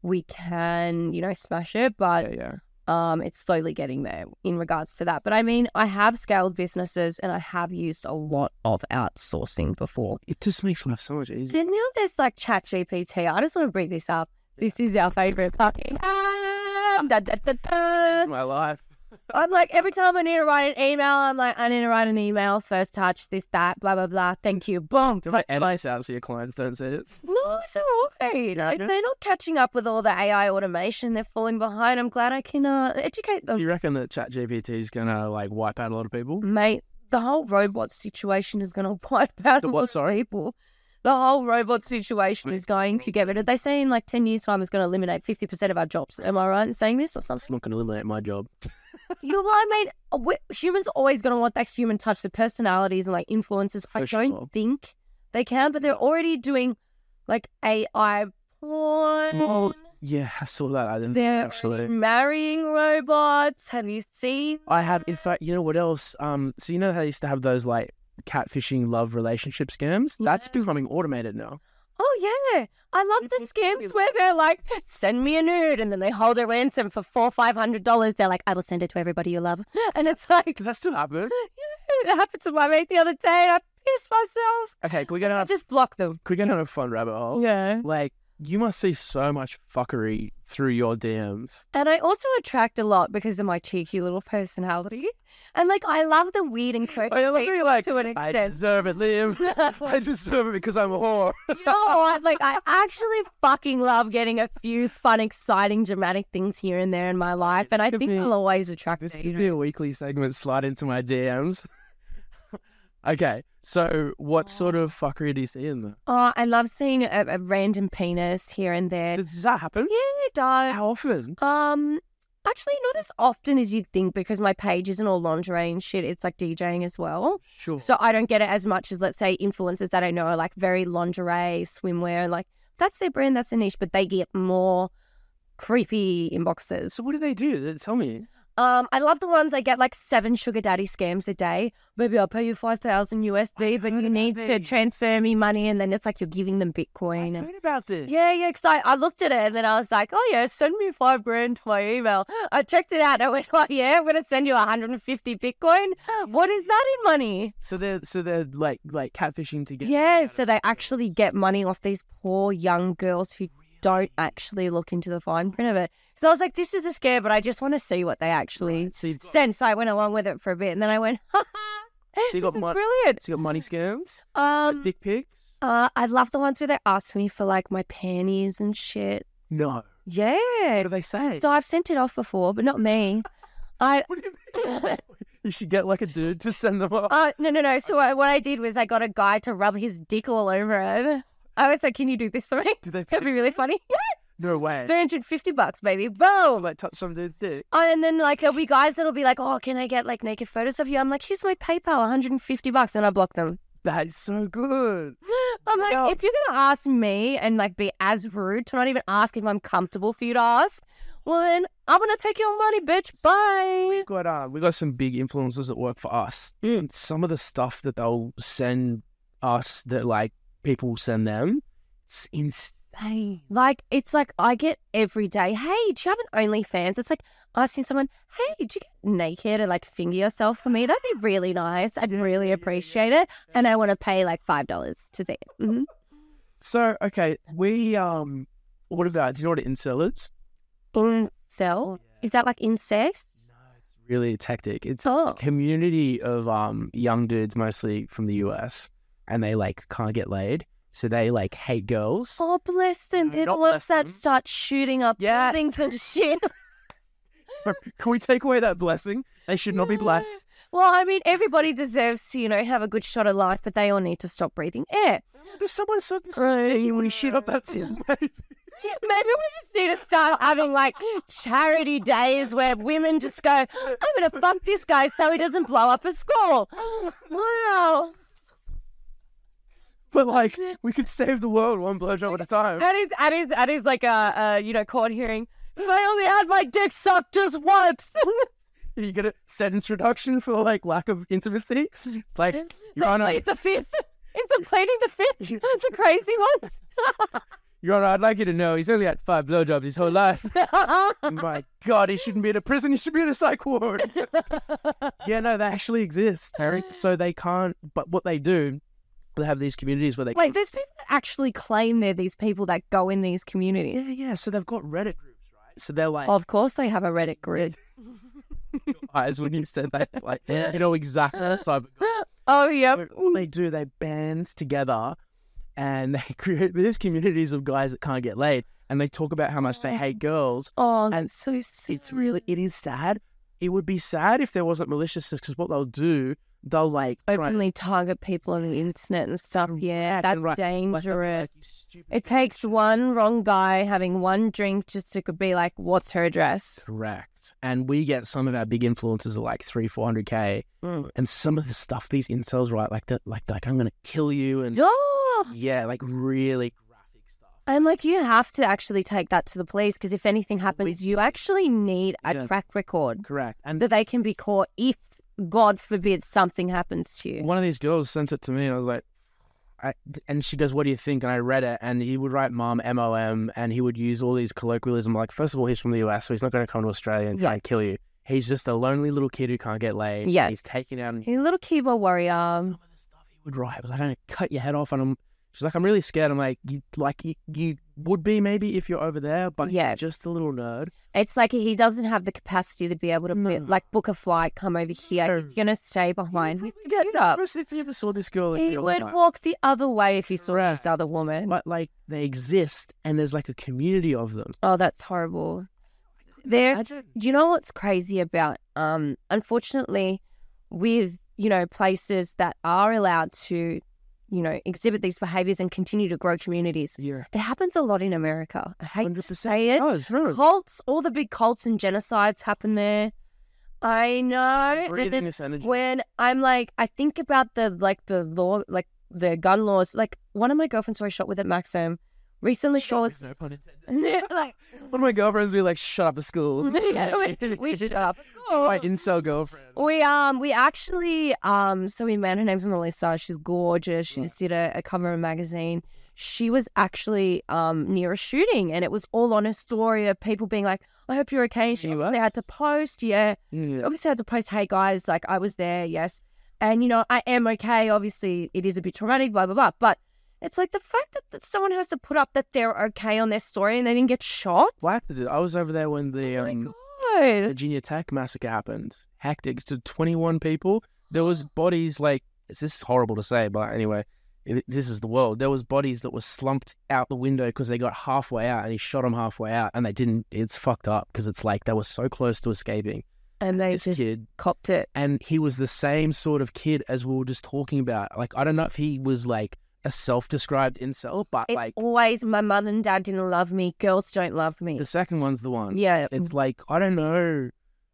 S2: we can, you know, smash it, but
S1: yeah, yeah.
S2: um, it's slowly getting there in regards to that. But I mean, I have scaled businesses and I have used a lot of outsourcing before.
S1: It just makes life so much easier.
S2: Then now there's like ChatGPT. I just want to bring this up. This is our favorite fucking. app. Da, da, da, da.
S1: My life.
S2: I'm like, every time I need to write an email, I'm like, I need to write an email, first touch, this, that, blah, blah, blah. Thank you. Boom.
S1: Do I
S2: Plus-
S1: edit this out so your clients don't see it?
S2: No, it's all right.
S1: Yeah,
S2: Oh, If
S1: yeah.
S2: they're not catching up with all the AI automation, they're falling behind. I'm glad I can uh, educate
S1: Do
S2: them, Mm.
S1: you reckon that ChatGPT is gonna like wipe out a lot of people?
S2: mate. the whole robot situation is going to wipe out
S1: The
S2: a
S1: what,
S2: lot of
S1: sorry?
S2: people. The whole robot situation is going to get rid of. They say in like ten years' time it's going to eliminate fifty percent of our jobs. Am I right in saying this or
S1: It's
S2: something?
S1: not going to eliminate my job.
S2: you know what I mean? Uh, We, humans always going to want that human touch, the personalities and like influences. I
S1: For
S2: don't
S1: sure.
S2: think they can, but they're already doing like AI porn.
S1: Well, Yeah, I saw that. I didn't
S2: They're
S1: actually.
S2: marrying robots. Have you seen?
S1: I have, in fact, you know what else? Um, so you know how they used to have those like catfishing love relationship scams? That's
S2: Yeah.
S1: becoming automated now.
S2: Oh yeah, I love the
S1: Really?
S2: scams where they're like, "Send me a nude," and then they hold a ransom for four, five hundred dollars. They're like, "I will send it to everybody you love," and it's like,
S1: Does that still happen?
S2: it happened to my mate the other day, and I pissed myself.
S1: Okay, can we go
S2: I
S1: down?
S2: just blocked them.
S1: Can we go down a fun rabbit hole?
S2: Yeah.
S1: Like you must see so much fuckery through your DMs.
S2: And I also attract a lot because of my cheeky little personality. And like I love the weird and quirky
S1: I love how
S2: people
S1: you're like,
S2: to an
S1: I
S2: extent.
S1: deserve it, Liam. I deserve it because I'm a whore.
S2: you know what? Like I actually fucking love getting a few fun, exciting, dramatic things here and there in my life. And I
S1: Could
S2: think
S1: be-
S2: I'll always attract
S1: This
S2: it,
S1: could
S2: you
S1: be
S2: know?
S1: a weekly segment. Slide into my DMs. okay, so what sort of fuckery do you see in there?
S2: Oh, I love seeing a, a random penis here and there.
S1: Does that happen?
S2: Yeah, it does.
S1: How often?
S2: Um actually not as often as you'd think because my page isn't all lingerie and shit. It's like DJing as well.
S1: Sure.
S2: So I don't get it as much as let's say influencers that I know are like very lingerie, swimwear, like that's their brand, that's their niche, but they get more creepy inboxes.
S1: So what do they do? Tell me.
S2: um I love the ones I get like seven sugar daddy scams a day. Maybe I'll pay you five thousand USD, but
S1: heard
S2: you
S1: about
S2: need to
S1: these.
S2: transfer me money and then it's like you're giving them Bitcoin and
S1: heard about this.
S2: yeah, yeah, because I, I looked at it and then I was like, oh, yeah, send me five grand to my email. I checked it out. I went, oh, yeah, I'm going to send you 150 Bitcoin. What is that in money?
S1: So they're so they're like like catfishing to get.
S2: Yeah, so they actually get money off these poor young girls who don't actually look into the fine print of it. So I was like, this is a scare, but I just want to see what they actually
S1: So you've got, so
S2: sense. So I went along with it for a bit, and then I went, ha ha,
S1: you
S2: this
S1: got
S2: is
S1: mon-
S2: brilliant.
S1: you got money scams,
S2: Um,
S1: dick pics.
S2: uh, I love the ones where they ask me for like my panties and shit.
S1: No. What
S2: Yeah.
S1: do they say?
S2: So I've sent it off before, but not me. I
S1: What do you mean? you should get like a dude to send them off.
S2: uh, no no no. So I, what I did was I got a guy to rub his dick all over it. I was like, "Can you do this for me?"
S1: Do they?
S2: That'd be really funny.
S1: No way.
S2: Three hundred fifty bucks, baby.
S1: So,
S2: Boom.
S1: like touch some dude's dick.
S2: Uh, And then like there'll be guys that'll be like, "Oh, can I get like naked photos of you?" I'm like, "Here's my PayPal, one hundred and fifty bucks," and I block them.
S1: That's so good.
S2: I'm like,
S1: Yeah.
S2: if you're gonna ask me and like be as rude to not even ask if I'm comfortable for you to ask, well then I'm gonna take your money, bitch. Bye.
S1: Got um, we got some big influencers that work for us.
S2: Mm.
S1: And some of the stuff that they'll send us that like people send them, it's insane.
S2: Like it's like I get every day. Hey, do you have an OnlyFans? It's like asking someone, "Hey, did you get naked and like finger yourself for me? That'd be really nice. I'd really appreciate it, and I want to pay like five dollars to see it." hmm
S1: So okay, we um, what about? Do you know what an incel is?
S2: Incel is that like incest?
S1: No, it's really a tactic. It's a
S2: Oh,
S1: community of um young dudes mostly from the US and they like can't get laid. So they like hate girls.
S2: oh bless them.
S1: No,
S2: They're the
S1: not
S2: ones
S1: bless
S2: that
S1: them.
S2: start shooting up
S1: Yes.
S2: buildings and shit.
S1: Can we take away that blessing? They should not be
S2: No.
S1: blessed.
S2: Well, I mean, everybody deserves to you know have a good shot at life, but they all need to stop breathing air.
S1: There's someone so
S2: Right.
S1: when you shit up that's
S2: Maybe we just need to start having like charity days where women just go, I'm going to fuck this guy so he doesn't blow up a school. Wow.
S1: But like we could save the world one blowjob at a time.
S2: That is, that is, that is like a, a you know, court hearing. If I only had my dick sucked just once.
S1: You get a sentence reduction for like lack of intimacy. Like Your Honor,
S2: Plead the fifth. Is the pleading the fifth? That's a crazy one.
S1: Your Honor, I'd like you to know he's only had five blowjobs his whole life. My God, he shouldn't be in a prison. He should be in a psych ward. Yeah, no, they actually exist, Harry. So they can't. But what they do, they have these communities where they.
S2: Wait, there's people that actually claim they're these people that go in these
S1: yeah,
S2: communities.
S1: yeah. So they've got Reddit groups, right? So they're like
S2: Of course, they have a Reddit grid.
S1: eyes when you said that, like you know exactly the type of guy.
S2: Oh, yep.
S1: But What they do, they band together, and they create these communities of guys that can't get laid, and they talk about how much they hate girls.
S2: Oh,
S1: And
S2: that's so sad.
S1: It's really, it is sad. It would be sad if there wasn't maliciousness, because what they'll do, they'll like try-
S2: Openly target people on the internet and stuff. Yeah,
S1: Correct,
S2: that's
S1: and Mm, right- like, they'll be like,
S2: dangerous.
S1: "You stupid
S2: It
S1: bitch."
S2: takes one wrong guy having one drink just to could be like, what's her address?
S1: correct. And we get some of our big influencers are like three, four hundred k,
S2: Mm.
S1: and some of the stuff these incels write, like that, like like I'm gonna kill you, and
S2: Oh,
S1: yeah, like really graphic stuff.
S2: I'm like, you have to actually take that to the police because if anything happens, you actually need a
S1: Yeah.
S2: track record
S1: Correct.
S2: so
S1: And
S2: that they can be caught if, God forbid, something happens to you.
S1: one of these girls sent it to me, and I was like, I, and she goes, "What do you think?" And I read it, and he would write "mom" M O M, and he would use all these colloquialism. Like, first of all, he's from the US, so he's not going to come to Australia and try
S2: Yeah.
S1: and kill you. He's just a lonely little kid who can't get laid.
S2: Yeah.
S1: he's taken out. And
S2: Hey, little keyboard
S1: some
S2: warrior.
S1: of the stuff he would write was like, "I'm going to cut your head off," and I'm. She's like, "I'm really scared." I'm like, "You like you, you would be maybe if you're over there, but yeah,
S2: Yeah.
S1: just a little nerd."
S2: It's like he doesn't have the capacity to be able to
S1: No.
S2: bu- like book a flight, come over here. He's
S1: No.
S2: gonna stay behind. He's
S1: Probably
S2: get
S1: if
S2: it
S1: you
S2: up.
S1: ever- If you ever saw this girl, in
S2: He
S1: real
S2: would
S1: life-
S2: walk the other way if he saw
S1: Correct.
S2: this other woman.
S1: but like they exist, and there's like a community of them.
S2: Oh, that's horrible. There's, do
S1: imagine.
S2: you know what's crazy about? Um, unfortunately, with you know places that are allowed to, you know, exhibit these behaviors and continue to grow communities,
S1: Yeah.
S2: it happens a lot in America. I hate to
S1: 100%.
S2: say it.
S1: No, it's rude.
S2: Cults, all the big cults and genocides happen there. I know. that
S1: Breathing
S2: the-
S1: this energy.
S2: when I'm like, I think about the like the law, like the gun laws. Like one of my girlfriends who I shot with at Maxim recently shot was
S1: no pun intended.
S2: like
S1: One of my girlfriends be like, "Shut up at school."
S2: we, we shut up.
S1: My incel girlfriend.
S2: We um we actually um so we met her name's Melissa. She's gorgeous. She
S1: Right.
S2: just did a, a cover of a magazine. She was actually um near a shooting, and it was all on a story of people being like, "I hope you're okay." She
S1: She
S2: obviously
S1: was?
S2: had to post, yeah.
S1: Mm.
S2: Obviously had to post, "Hey guys, like I was there, yes, and you know I am okay." Obviously, it is a bit traumatic, blah blah blah. But it's like the fact that, that someone has to put up that they're okay on their story and they didn't get shot.
S1: Well, I have to do. I was over there when the
S2: Oh my
S1: um,
S2: God.
S1: Virginia Tech massacre happened. Hectic to 21 people. There was bodies like this is horrible to say, but anyway, it, this is the world. There was bodies that were slumped out the window because they got halfway out, and he shot them halfway out, and they didn't. It's fucked up because it's like they were so close to escaping.
S2: And they
S1: This
S2: just
S1: kid
S2: copped it.
S1: and he was the same sort of kid as we were just talking about. Like I don't know if he was like a self-described incel, but
S2: It's
S1: like
S2: always my mum and dad didn't love me. Girls don't love me.
S1: the second one's the one.
S2: yeah,
S1: It's like I don't know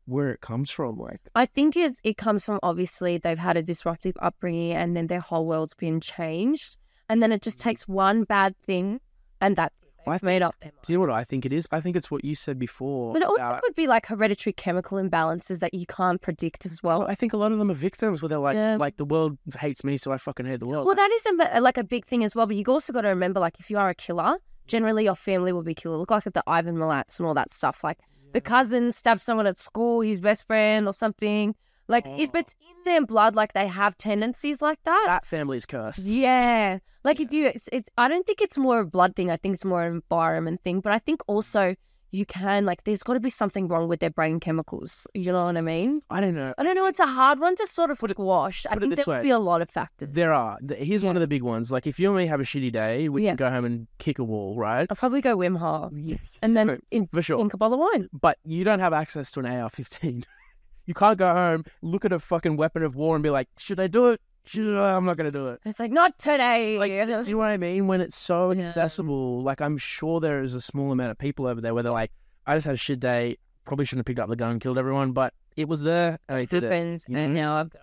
S1: where it comes from. Like
S2: I think it's it comes from obviously they've had a disruptive upbringing and then their whole world's been changed, and then it just takes one bad thing, and that's it.
S1: Mm-hmm. Well, I
S2: They've made up their
S1: do
S2: mind.
S1: you know what I think it is? I think it's what you said before.
S2: But it also
S1: about-
S2: could be like hereditary chemical imbalances that you can't predict as well.
S1: well, I think a lot of them are victims where they're like,
S2: Yeah.
S1: like the world hates me, so I fucking hate the world.
S2: Well, that is a, ma- uh, like a big thing as well. But you also got to remember, like, if you are a killer, generally your family will be killed. Look like at the Ivan Milatz and all that stuff. Like, the cousin stabbed someone at school, his best friend or something. Like, if
S1: Oh.
S2: it's in their blood, like they have tendencies like that.
S1: that family's cursed.
S2: yeah. Like, if you, it's, it's, I don't think it's more a blood thing. I think it's more an environment thing. But I think also you can, like, there's got to be something wrong with their brain chemicals. You know what I mean?
S1: I don't know.
S2: I don't know. It's a hard one to sort of
S1: Put it-
S2: squash. I
S1: put it
S2: think
S1: this
S2: there would
S1: way.
S2: be a lot of factors.
S1: There are. Th- Here's one
S2: Yeah.
S1: of the big ones. Like if you and me have a shitty day, we
S2: Yeah.
S1: can go home and kick a wall, right?
S2: I'll probably go Wim Hof and then
S1: Right,
S2: in,
S1: for sure.
S2: drink a bottle of wine.
S1: but you don't have access to an AR-15. you can't go home, look at a fucking weapon of war, and be like, "Should I do it? Should I? I'm not gonna do it."
S2: It's like not today.
S1: Like, do you know what I mean? When it's so
S2: Yeah.
S1: accessible, like I'm sure there is a small amount of people over there where they're like, "I just had a shit day. Probably shouldn't have picked up the gun and killed everyone, but it was there and I did it."
S2: happens,
S1: you
S2: and
S1: know?
S2: now I've got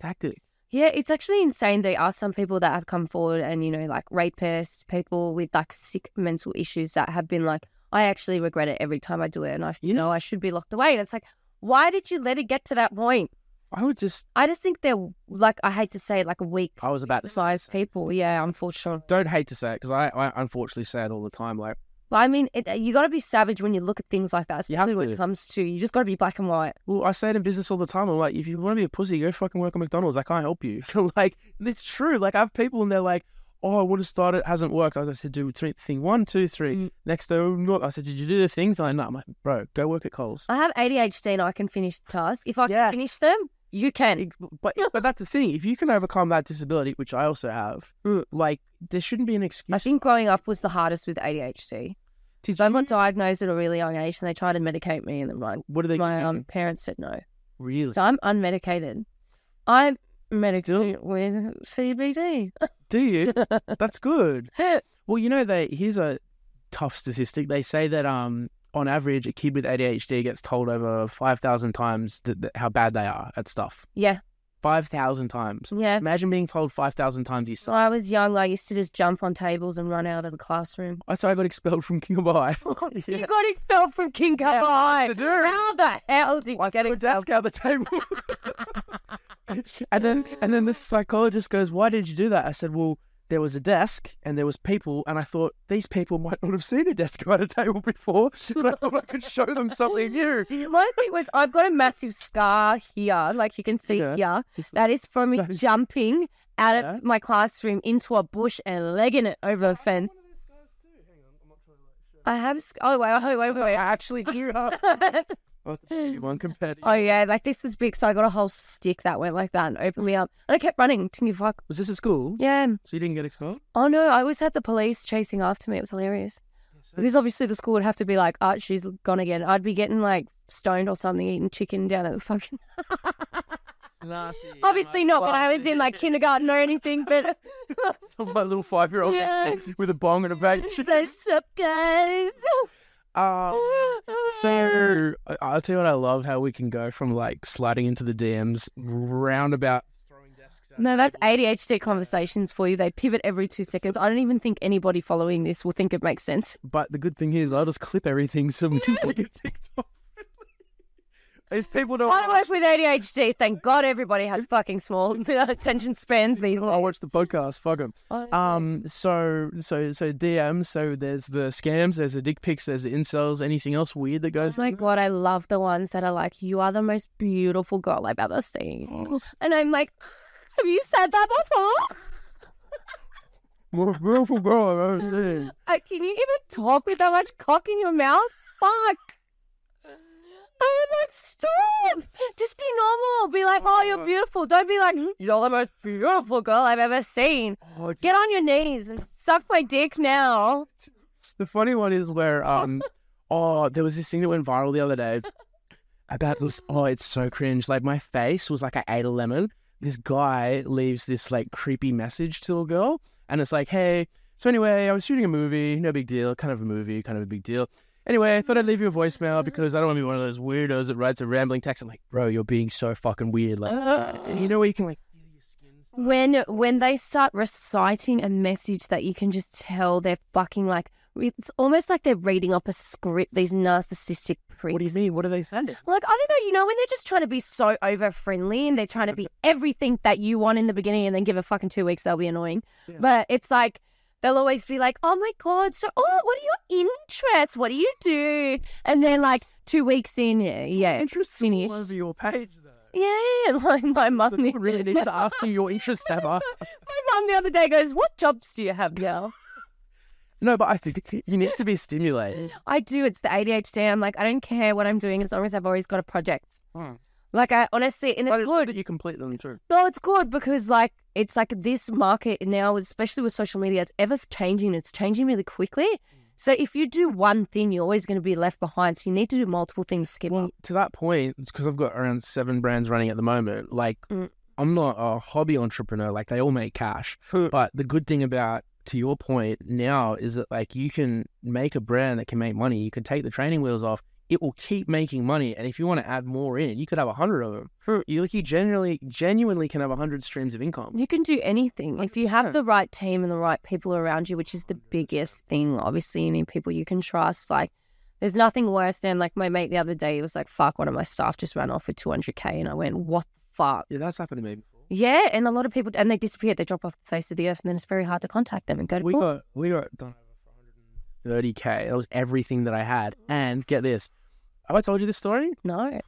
S1: Tactic.
S2: yeah, it's actually insane. There are some people that have come forward and, you know, like rapists, people with like sick mental issues that have been like, I actually regret it every time I do it. And I, you know, I should be locked away. And it's like, why did you let it get to that point?
S1: I would just.
S2: I just think they're like, I hate to say it, like weak
S1: I was about to. say
S2: sized people. Yeah, unfortunately.
S1: Don't hate to say it because I, I unfortunately say it all the time. Like
S2: But I mean, it, you got to be savage when you look at things like that,
S1: You have
S2: especially when
S1: to.
S2: it comes to, you just got to be black and white.
S1: Well, I say it in business all the time. I'm like, if you want to be a pussy, go fucking work at McDonald's. I can't help you. like, it's true. Like, I have people and they're like, oh, I would have started. It hasn't worked. Like I said, do t- thing one, two, three.
S2: Mm.
S1: Next day, oh, not. I said, did you do the things? Like, no. I'm like, bro, go work at Coles.
S2: I have ADHD and I can finish tasks. If I
S1: Yes.
S2: can finish them, you can.
S1: It- But but that's the thing. If you can overcome that disability, which I also have,
S2: Mm.
S1: like, there shouldn't be an excuse.
S2: I think growing up was the hardest with ADHD.
S1: Did
S2: So I
S1: you-
S2: got diagnosed at a really young age and they tried to medicate me and then my, um,
S1: what are they?
S2: my
S1: giving you?
S2: um, parents said no.
S1: really?
S2: So I'm unmedicated. I'm medically with CBD.
S1: Do you? That's good. Well, you know, they here's a tough statistic. They say that um, on average, a kid with ADHD gets told over five thousand times that, that how bad they are at stuff.
S2: yeah,
S1: Five thousand times.
S2: yeah.
S1: Imagine being told five thousand times you
S2: So
S1: suck.
S2: I was young. I used to just jump on tables and run out of the classroom.
S1: I so I got expelled from King of High.
S2: You got expelled from King Cup High.
S1: to do.
S2: How the hell did you get
S1: a
S2: expelled?
S1: desk out the table. and then and then this psychologist goes, Why did you do that? I said, Well, there was a desk and there was people and I thought these people might not have seen a desk out a table before and I thought I could show them something new.
S2: My thing was, I've got a massive scar here, like you can see
S1: Yeah.
S2: here.
S1: It's-
S2: That is from me
S1: That is-
S2: jumping out
S1: Yeah.
S2: of my classroom into a bush and legging it over a fence. I have. sc- Oh wait! Oh wait! Wait!
S1: I
S2: wait.
S1: actually do have oh, it's a big one compared to
S2: Oh yeah! Like this was big, so I got a whole stick that went like that and opened me up. And I kept running. Didn't give a fuck.
S1: Was this at school?
S2: Yeah.
S1: So you didn't get expelled?
S2: Oh no! I always had the police chasing after me. It was hilarious. Because obviously the school would have to be like, "Ah, she's gone again." I'd be getting like stoned or something, eating chicken down at the fucking. Obviously not when I was in like kindergarten or anything, but
S1: my little five year old
S2: Yeah.
S1: with a bong and a bag.
S2: What's up, guys?
S1: Um, So I- I'll tell you what I love how we can go from like sliding into the DMs roundabout.
S2: no, that's ADHD conversations for you. They pivot every two seconds. I don't even think anybody following this will think it makes sense.
S1: But the good thing is I'll just clip everything so we can make a TikTok. if people don't,
S2: I work with ADHD. Thank God everybody has fucking small attention spans these
S1: I
S2: days.
S1: watch the podcast. Fuck 'em.
S2: Honestly.
S1: Um. So so so DMs. So there's the scams. There's the dick pics. There's the incels. Anything else weird that
S2: Oh
S1: goes?
S2: my god, I love the ones that are like, "You are the most beautiful girl I've ever seen," and I'm like, "Have you said that before?
S1: Most beautiful girl I've ever seen.
S2: Uh, can you even talk with that much cock in your mouth? Fuck. I am like, stop. Just be normal. Be like, oh, you're beautiful. Don't be like, you're the most beautiful girl I've ever seen.
S1: Oh,
S2: Get on your knees and suck my dick now.
S1: The funny one is where um oh there was this thing that went viral the other day about this oh it's so cringe. Like my face was like I ate a lemon. This guy leaves this like creepy message to a girl and it's like, hey, so anyway, I was shooting a movie, no big deal, kind of a movie, kind of a big deal. Anyway, I thought I'd leave you a voicemail because I don't want to be one of those weirdos that writes a rambling text. I'm like, bro, you're being so fucking weird.
S2: Uh,
S1: Like and you know where you can like
S2: when when they start reciting a message that you can just tell they're fucking like it's almost like they're reading off a script. These narcissistic pricks.
S1: what do you mean? What do they send it?
S2: Like, I don't know, you know, when they're just trying to be so over friendly and they're trying to be everything that you want in the beginning and then give a fucking two weeks, they'll be annoying.
S1: Yeah.
S2: But it's like, they'll always be like, oh my God, so, oh, what are your interests? What do you do? And then, like, two weeks in, yeah, yeah.
S1: Interesting all
S2: Finished.
S1: over your page though.
S2: Yeah, like my mum,
S1: So
S2: the-
S1: people really need to ask you your interests ever.
S2: my mum the other day goes, "What jobs do you have now?"
S1: No, but I think you need to be stimulated.
S2: I do. It's the ADHD. I'm like, I don't care what I'm doing as long as I've always got a project.
S1: Hmm.
S2: Like, I honestly, and it's
S1: But it's
S2: good.
S1: good that you complete them too.
S2: No, it's good because like it's like this market now, especially with social media, it's ever changing. It's changing really quickly.
S1: Mm.
S2: So if you do one thing, you're always going to be left behind. So you need to do multiple things. to Skip
S1: Well,
S2: up.
S1: to that point, because I've got around seven brands running at the moment. Like,
S2: Mm.
S1: I'm not a hobby entrepreneur. Like, they all make cash. But the good thing about, to your point now, is that like you can make a brand that can make money. You can take the training wheels off. It will keep making money, and if you want to add more in, you could have a hundred of them. You like you generally, genuinely can have a hundred streams of income.
S2: You can do anything if you have the right team and the right people around you, which is the biggest thing. Obviously, you need people you can trust. Like, there's nothing worse than like my mate the other day. He was like, "Fuck!" One of my staff just ran off with 200k, and I went, "What the fuck?"
S1: Yeah, that's happened to me before.
S2: Yeah, and a lot of people and they disappear. They drop off the face of the earth, and then it's very hard to contact them and go. To
S1: We
S2: court.
S1: got we got done over for 130k. That was everything that I had. And get this, have I told you this story?
S2: no.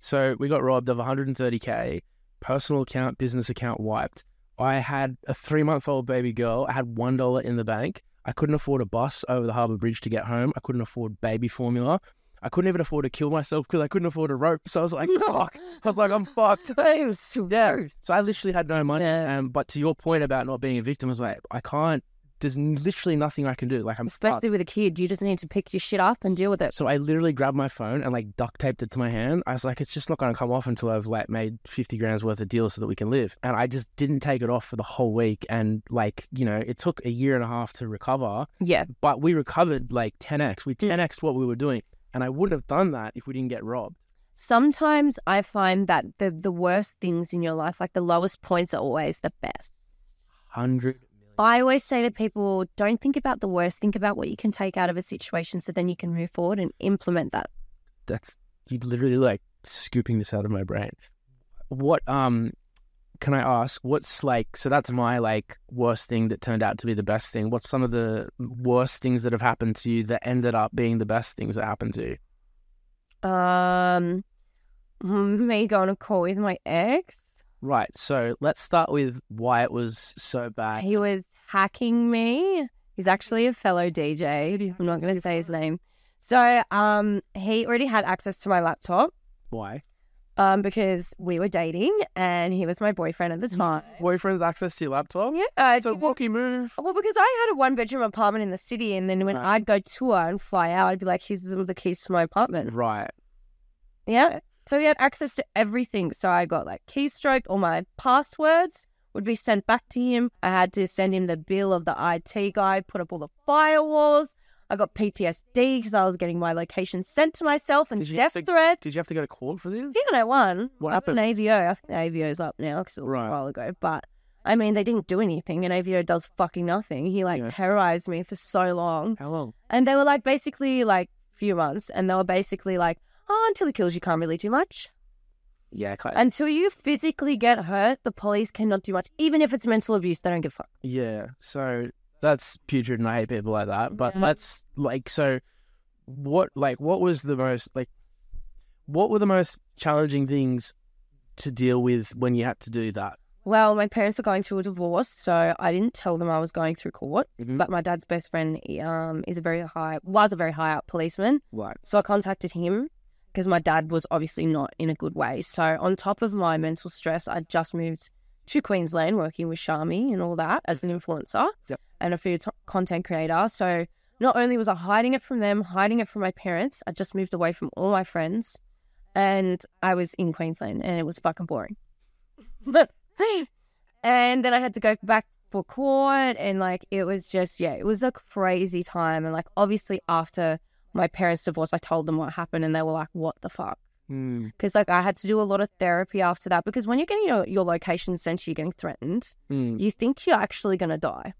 S1: So we got robbed of 130k, personal account, business account wiped. I had a three month old baby girl. I had one dollar in the bank. I couldn't afford a bus over the harbour bridge to get home. I couldn't afford baby formula. I couldn't even afford to kill myself because I couldn't afford a rope. So I was like, fuck. I was like, I'm fucked.
S2: It was so
S1: Yeah. So I literally had no money. Um, but to your point about not being a victim, I was like, I can't there's n- literally nothing I can do. Like I'm
S2: Especially with a kid, you just need to pick your shit up and deal with it.
S1: So I literally grabbed my phone and like duct taped it to my hand. I was like, it's just not going to come off until I've like made 50 grand's worth of deals so that we can live. And I just didn't take it off for the whole week. And like, you know, it took a year and a half to recover,
S2: Yeah.
S1: but we recovered like 10x. We
S2: Mm.
S1: 10x what we were doing. And I wouldn't have done that if we didn't get robbed.
S2: Sometimes I find that the the worst things in your life, like the lowest points, are always the best.
S1: 100 million.
S2: I always say to people, don't think about the worst, think about what you can take out of a situation so then you can move forward and implement that.
S1: That's, you literally like scooping this out of my brain. What, um, can I ask what's like, so that's my like worst thing that turned out to be the best thing. What's some of the worst things that have happened to you that ended up being the best things that happened to you?
S2: Um, me go on a call with my ex.
S1: Right. So let's start with why it was so bad.
S2: He was hacking me. He's actually a fellow DJ. I'm not going to say his name. So, um, he already had access to my laptop,
S1: Why?
S2: um, because we were dating and he was my boyfriend at the time.
S1: Boyfriend's access to your laptop?
S2: Yeah, uh,
S1: It's a
S2: well,
S1: walkie move.
S2: well, because I had a one bedroom apartment in the city, and then when
S1: Right.
S2: I'd go tour and fly out, I'd be like, "Here's the the keys to my apartment."
S1: Right.
S2: Yeah. So he had access to everything. So I got like keystroke, all my passwords would be sent back to him. I had to send him the bill of the IT guy, put up all the firewalls. I got PTSD because I was getting my location sent to myself and
S1: Did you
S2: death
S1: have to-
S2: threat.
S1: Did you have to go to court for this?
S2: I think I won.
S1: What
S2: I got
S1: happened?
S2: An AVO. I think the AVO's up now because it was
S1: Right.
S2: a while ago. But I mean, they didn't do anything, and AVO does fucking nothing. He like
S1: Yeah.
S2: terrorized me for so long.
S1: How long?
S2: And they were like basically like few months, and they were basically like, oh, until he kills you, can't really do much.
S1: Yeah. Kind
S2: Until you physically get hurt, the police cannot do much. Even if it's mental abuse, they don't give a fuck.
S1: yeah. So that's putrid and I hate people like that. But
S2: Yeah.
S1: let's like, so what, like, what was the most, like, what were the most challenging things to deal with when you had to do that?
S2: Well, my parents are going through a divorce, so I didn't tell them I was going through court.
S1: Mhm.
S2: But my dad's best friend he, um, is a very high, was a very high up policeman.
S1: Right.
S2: So I contacted him because my dad was obviously not in a good way. So on top of my mental stress, I just moved to Queensland working with Shami and all that as an influencer
S1: Yep.
S2: and a food t- content creator. So not only was I hiding it from them, hiding it from my parents, I just moved away from all my friends and I was in Queensland and it was fucking boring. But and then I had to go back for court and like it was just yeah, it was a crazy time and like obviously after my parents' divorce, I told them what happened and they were like, what the fuck?
S1: Mm.
S2: Because like I had to do a lot of therapy after that because when you're getting your, your location sent to you, getting threatened,
S1: Mm.
S2: you think you're actually going to die.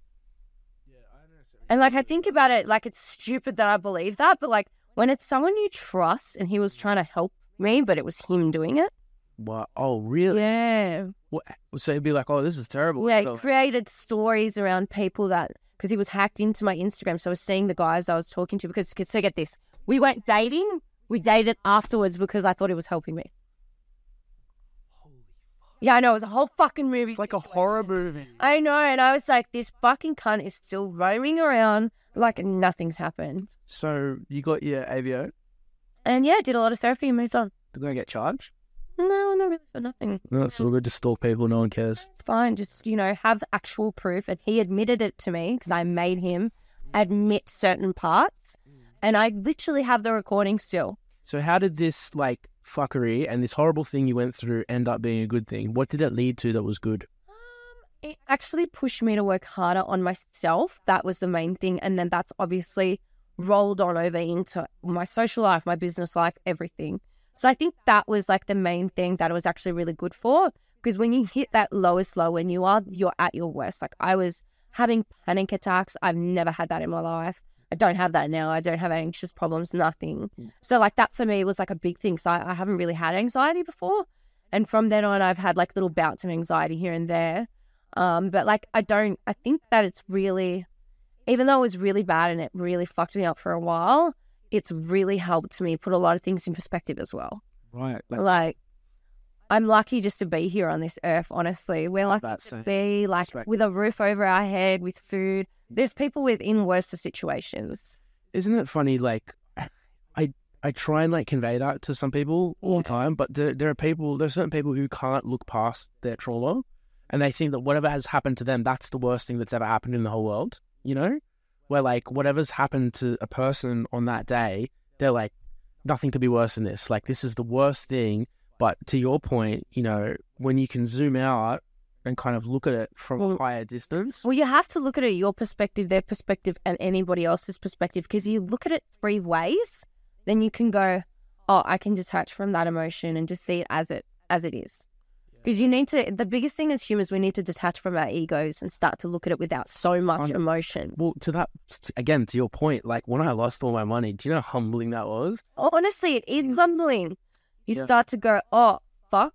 S2: And like I think about it, like it's stupid that I believe that, but like when it's someone you trust and he was trying to help me, but it was him doing it.
S1: Wow. Oh, really?
S2: Yeah.
S1: So it'd be like, oh, this is terrible.
S2: Yeah,
S1: So-
S2: it created stories around people that because he was hacked into my Instagram, so I was seeing the guys I was talking to because 'cause- so get this, we weren't dating, we dated afterwards because I thought he was helping me. Yeah, I know it was a whole fucking movie,
S1: It's like a horror
S2: situation.
S1: movie.
S2: I know, and I was like, this fucking cunt is still roaming around like nothing's happened.
S1: So you got your AVO.
S2: And yeah, did a lot of therapy and moved on.
S1: They're gonna get charged.
S2: No, not really for nothing.
S1: That's all good to stalk people. No one cares.
S2: It's fine. Just, you know, have actual proof. And he admitted it to me because I made him admit certain parts. And I literally have the recording still.
S1: So how did this like fuckery and this horrible thing you went through end up being a good thing? What did it lead to that was good?
S2: It actually pushed me to work harder on myself. That was the main thing. And then that's obviously rolled on over into my social life, my business life, everything. So I think that was like the main thing that it was actually really good for. Because when you hit that lowest low, when you are, you're at your worst. Like I was having panic attacks. I've never had that in my life. I don't have that now. I don't have anxious problems, nothing. So like that for me was like a big thing. So I, I haven't really had anxiety before. And from then on, I've had like little bouts of anxiety here and there. Um, but like I don't, I think that it's really, even though it was really bad and it really fucked me up for a while, it's really helped me put a lot of things in perspective as well.
S1: Right. Like
S2: Like, I'm lucky just to be here on this earth, honestly. We're lucky
S1: that
S2: to
S1: same
S2: be like
S1: perspective.
S2: with a roof over our head, with food. There's people within worse situations.
S1: isn't it funny? Like I I try and like convey that to some people all
S2: Yeah.
S1: the time, but there, there are people there are certain people who can't look past their trauma, and they think that whatever has happened to them that's the worst thing that's ever happened in the whole world. you know, where like whatever's happened to a person on that day, they're like, nothing could be worse than this. Like, this is the worst thing. But to your point, you know, when you can zoom out and kind of look at it from a
S2: Well-
S1: higher distance,
S2: Well, you have to look at it your perspective, their perspective, and anybody else's perspective because you look at it three ways, then you can go, oh, I can detach from that emotion and just see it as it as it is. Because you need to. The biggest thing as humans, we need to detach from our egos and start to look at it without so much
S1: Hundred-
S2: emotion.
S1: well, to that again, to your point, like when I lost all my money, do you know how humbling that was?
S2: Honestly, it is humbling. You
S1: Yeah.
S2: start to go, oh fuck,